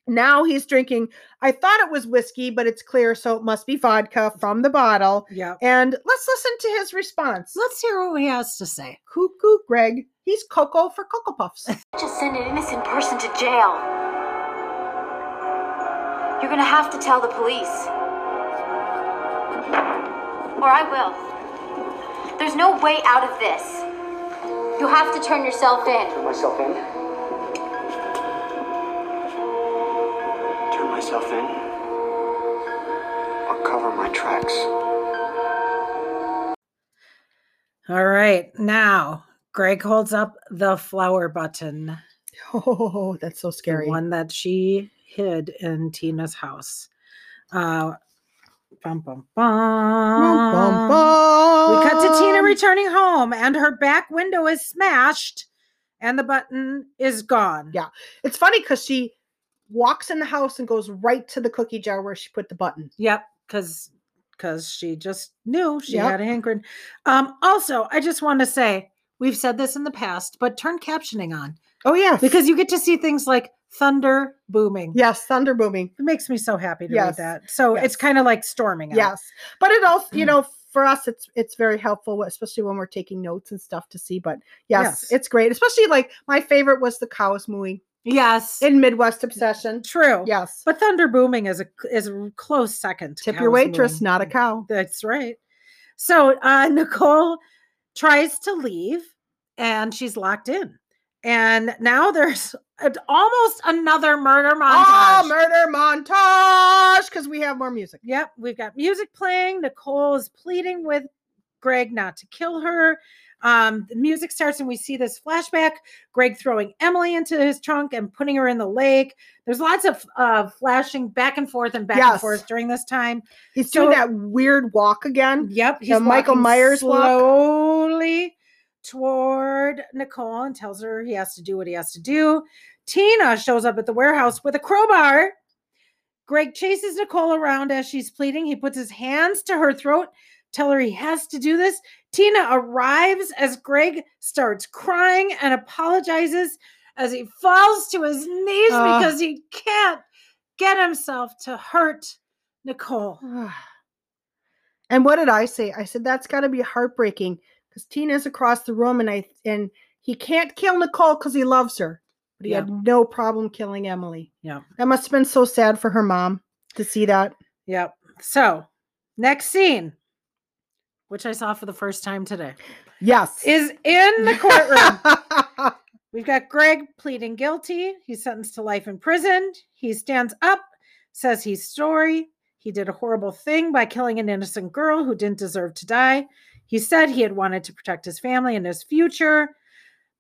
Now he's drinking, I thought it was whiskey, but it's clear, so it must be vodka from the bottle.
Yeah.
And let's listen to his response.
Let's hear what he has to say.
Cuckoo Greg. He's Coco for Cocoa Puffs.
Just send an innocent person to jail. You're gonna have to tell the police. Or I will. There's no way out of this. You have to turn yourself in.
Turn myself in. Turn myself in. I'll cover my tracks.
All right. Now Greg holds up the flower button.
Oh, that's so
the
scary.
one that she hid in Tina's house. Uh, bum, bum,
Bum, bum,
bum. We cut to Tina
bum.
returning home, and her back window is smashed, and the button is gone.
Yeah. It's funny because she walks in the house and goes right to the cookie jar where she put the button.
Yep, because because she just knew she
Yep.
had a hankering. Um, also, I just want to say we've said this in the past, but turn captioning on
Oh yeah,
because you get to see things like thunder booming.
yes, thunder booming.
It makes me so happy to read
Yes,
that. So it's
yes.
kind of like storming. out.
Yes, but it also
Mm.
you know for us it's it's very helpful, especially when we're taking notes and stuff to see. But yes,
Yes.
it's great. Especially like my favorite was the cows mooing
Yes.
in Midwest Obsession.
True.
Yes,
But thunder booming is a is a close second. to
tip your
cows
waitress,
mooing.
not a cow.
That's right. So uh, Nicole tries to leave, and she's locked in. And now there's a- almost another murder montage.
Oh, murder montage because we have more music.
yep, we've got music playing. Nicole is pleading with Greg not to kill her. Um, the music starts and we see this flashback Greg throwing Emily into his trunk and putting her in the lake. There's lots of uh, flashing back and forth and back and
Yes.
forth during this time.
He's
So-
doing that weird walk again.
Yep,
The Michael
walking
Myers walk.
slowly toward Nicole and tells her he has to do what he has to do. Tina shows up at the warehouse with a crowbar. Greg chases Nicole around as she's pleading. He puts his hands to her throat, tell her he has to do this. Tina arrives as Greg starts crying and apologizes as he falls to his knees
Ah.
because he can't get himself to hurt Nicole.
and what did I say? I said that's got to be heartbreaking because Tina's across the room, and I and he can't kill Nicole because he loves her, but he
Yeah.
had no problem killing Emily.
Yeah.
that must have been so sad for her mom to see that.
Yep. So, next scene, which I saw for the first time today,
Yes,
is in the courtroom. We've got Greg pleading guilty. He's sentenced to life in prison. He stands up, says he's sorry. He did a horrible thing by killing an innocent girl who didn't deserve to die. He said he had wanted to protect his family and his future.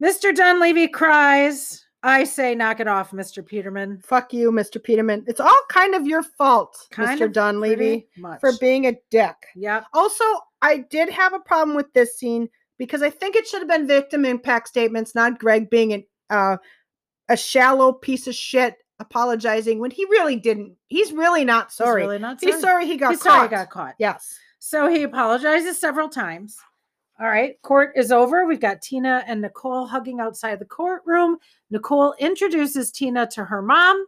Mr. Dunleavy cries. I say, knock it off, Mr. Peterman.
Fuck you, Mr. Peterman. It's all kind of your fault,
Kind
Mr.
of
Dunleavy,
Pretty much.
for being a dick.
yep.
Also, I did have a problem with this scene because I think it should have been victim impact statements, not Greg being an, uh, a shallow piece of shit apologizing when he really didn't. He's really not
He's
sorry. He's,
really not
sorry. he got
He's
caught.
sorry he got caught.
Yes.
So he apologizes several times. All right, court is over. We've got Tina and Nicole hugging outside the courtroom. Nicole introduces Tina to her mom.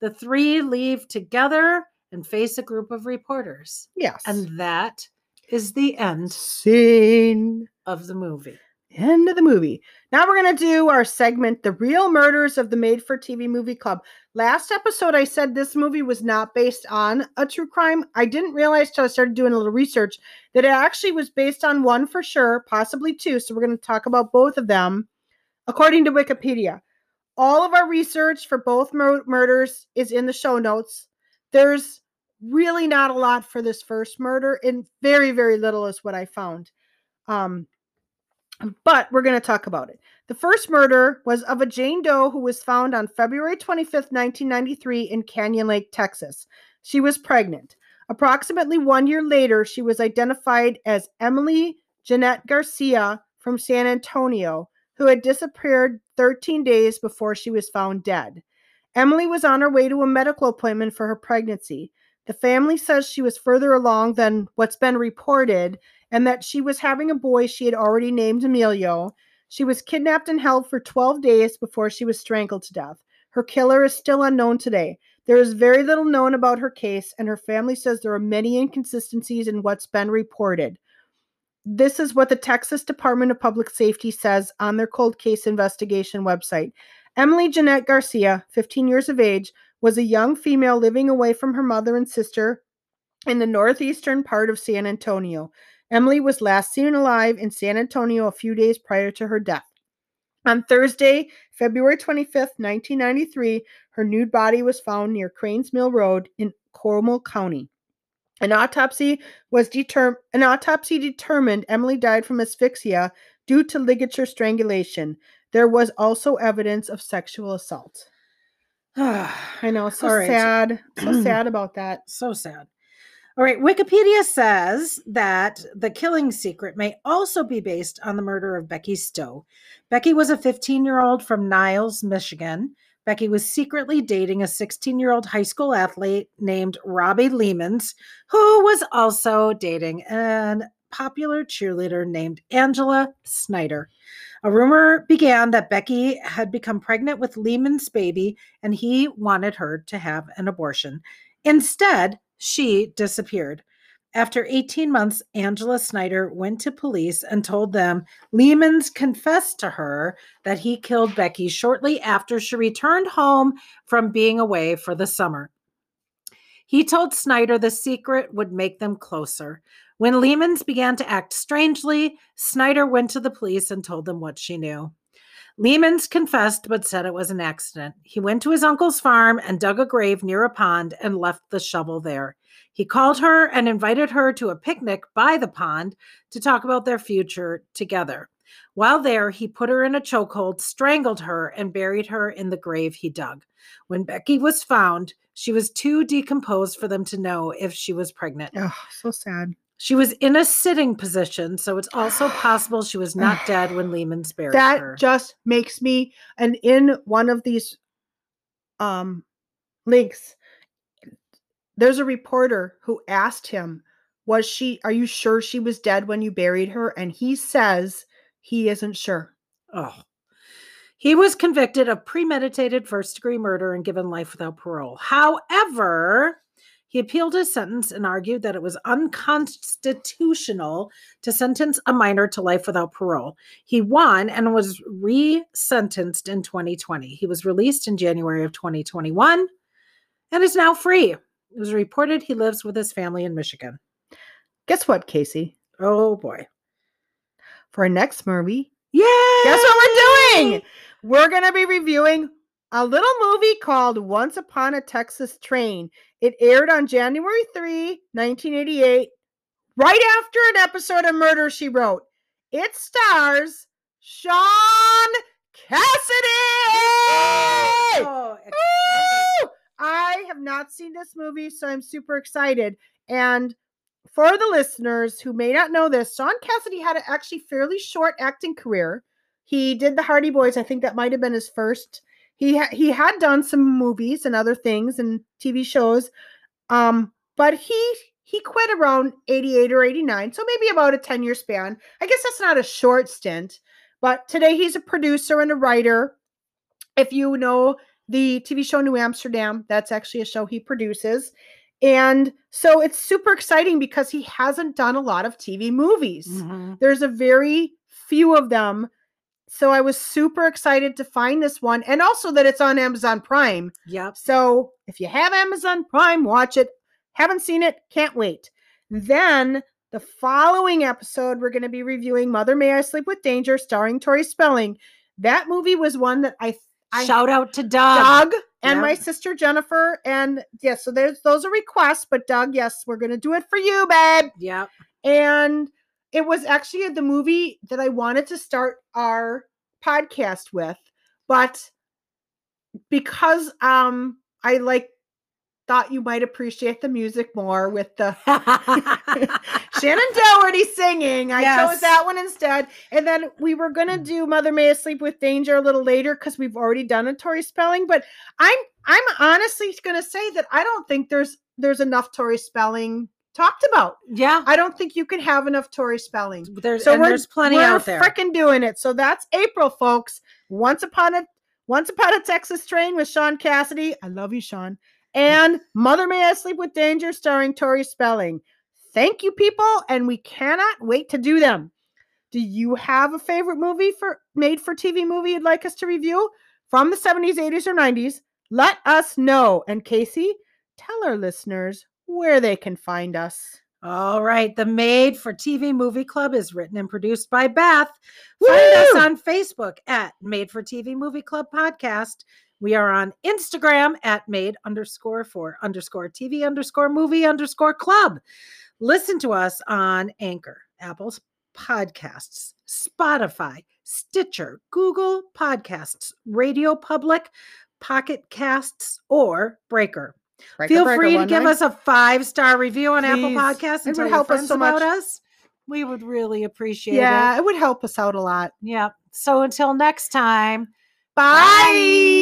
The three leave together and face a group of reporters.
Yes.
And that is the end
scene.
of the movie.
End of the movie. Now we're going to do our segment, The Real Murders of the Made for TV Movie Club. Last episode, I said this movie was not based on a true crime. I didn't realize till I started doing a little research that it actually was based on one for sure, possibly two. So we're going to talk about both of them. According to Wikipedia, all of our research for both mur- murders is in the show notes. There's really not a lot for this first murder, and very, very little is what I found. Um, but we're going to talk about it. The first murder was of a Jane Doe who was found on February 25th, 1993, in Canyon Lake, Texas. She was pregnant. Approximately one year later, she was identified as Emily Jeanette Garcia from San Antonio, who had disappeared 13 days before she was found dead. Emily was on her way to a medical appointment for her pregnancy. The family says she was further along than what's been reported and that she was having a boy she had already named Emilio. She was kidnapped and held for 12 days before she was strangled to death. Her killer is still unknown today. There is very little known about her case, and her family says there are many inconsistencies in what's been reported. This is what the Texas Department of Public Safety says on their cold case investigation website. Emily Jeanette Garcia, 15 years of age, was a young female living away from her mother and sister in the northeastern part of San Antonio. Emily was last seen alive in San Antonio a few days prior to her death. On Thursday, February 25th, 1993, her nude body was found near Cranes Mill Road in Cornwall County. An autopsy was determined an autopsy determined Emily died from asphyxia due to ligature strangulation. There was also evidence of sexual assault. I know, so
All right.
sad, so sad about that.
So sad. All right, Wikipedia says that the killing secret may also be based on the murder of Becky Stowe. Becky was a 15 year old from Niles, Michigan. Becky was secretly dating a 16 year old high school athlete named Robbie Lehmans, who was also dating an popular cheerleader named Angela Snyder. A rumor began that Becky had become pregnant with Lehman's baby and he wanted her to have an abortion. Instead, she disappeared. After 18 months, Angela Snyder went to police and told them Lehman's confessed to her that he killed Becky shortly after she returned home from being away for the summer. He told Snyder the secret would make them closer. When Lehman's began to act strangely, Snyder went to the police and told them what she knew. Lehman's confessed but said it was an accident. He went to his uncle's farm and dug a grave near a pond and left the shovel there. He called her and invited her to a picnic by the pond to talk about their future together. While there, he put her in a chokehold, strangled her, and buried her in the grave he dug. When Becky was found, she was too decomposed for them to know if she was pregnant.
Oh, so sad.
She was in a sitting position, so it's also possible she was not dead when Lehman's buried
that
her.
just makes me and in one of these um links there's a reporter who asked him was she are you sure she was dead when you buried her and he says he isn't sure
Oh. He was convicted of premeditated first degree murder and given life without parole. However, he appealed his sentence and argued that it was unconstitutional to sentence a minor to life without parole. He won and was re sentenced in 2020. He was released in January of 2021 and is now free. It was reported he lives with his family in Michigan.
guess what casey
Oh boy.
for our next movie
Yeah.
guess what we're doing we're gonna be reviewing a little movie called once upon a texas train it aired on january 3 1988 right after an episode of murder she wrote it stars sean cassidy
Oh,
Woo! I have not seen this movie, so I'm super excited. And for the listeners who may not know this, Sean Cassidy had an actually fairly short acting career. He did the Hardy Boys. I think that might have been his first. He ha- he had done some movies and other things and TV shows, um, but he he quit around 88 or 89, so maybe about a 10 year span. I guess that's not a short stint, but today he's a producer and a writer. If you know the TV show New Amsterdam. That's actually a show he produces. And so it's super exciting because he hasn't done a lot of TV movies.
Mhm.
There's a very few of them. So I was super excited to find this one and also that it's on Amazon Prime.
Yep.
So if you have Amazon Prime, watch it. Haven't seen it, can't wait. Then the following episode, we're going to be reviewing Mother May I Sleep with Danger, starring Tori Spelling. That movie was one that I I-
Shout out to Doug.
Doug and
yeah.
my sister Jennifer. And yeah, so there's those are requests, but Doug, yes, we're gonna do it for you, babe.
Yep.
And it was actually the movie that I wanted to start our podcast with, but because um I like thought you might appreciate the music more with the Shannon Doherty singing. I
Yes.
chose that one instead. And then we were gonna do Mother May I Sleep with Danger a little later because we've already done a Tori Spelling. But I'm I'm honestly gonna say that I don't think there's there's enough Tori Spelling talked about.
yeah.
I don't think you can have enough Tori Spelling.
There's
So
and
we're,
there's plenty
we're
out there.
Freaking doing it. So that's April, folks. Once upon a once upon a Texas train with Sean Cassidy. I love you, Sean. And Mother May I Sleep with Danger, starring Tori Spelling. Thank you, people, and we cannot wait to do them. Do you have a favorite movie for made for TV movie you'd like us to review from the 70s, 80s, or 90s? Let us know. And Casey, tell our listeners where they can find us.
All right. The Made for TV Movie Club is written and produced by Beth. Find us
Woo!
on Facebook at Made for TV Movie Club Podcast. We are on Instagram at made underscore for underscore TV underscore movie underscore club. Listen to us on Anchor, Apple's podcasts, Spotify, Stitcher, Google Podcasts, Radio Public, Pocket Casts, or Breaker.
Breaker,
Feel
breaker,
free to
one
give
nine.
us a five star review on Apple
Please.
Podcasts and
It would
tell your
help us
friends
so
about
much.
us. We would really appreciate it.
Yeah, it would help us out a lot.
Yeah. So until next time.
Bye.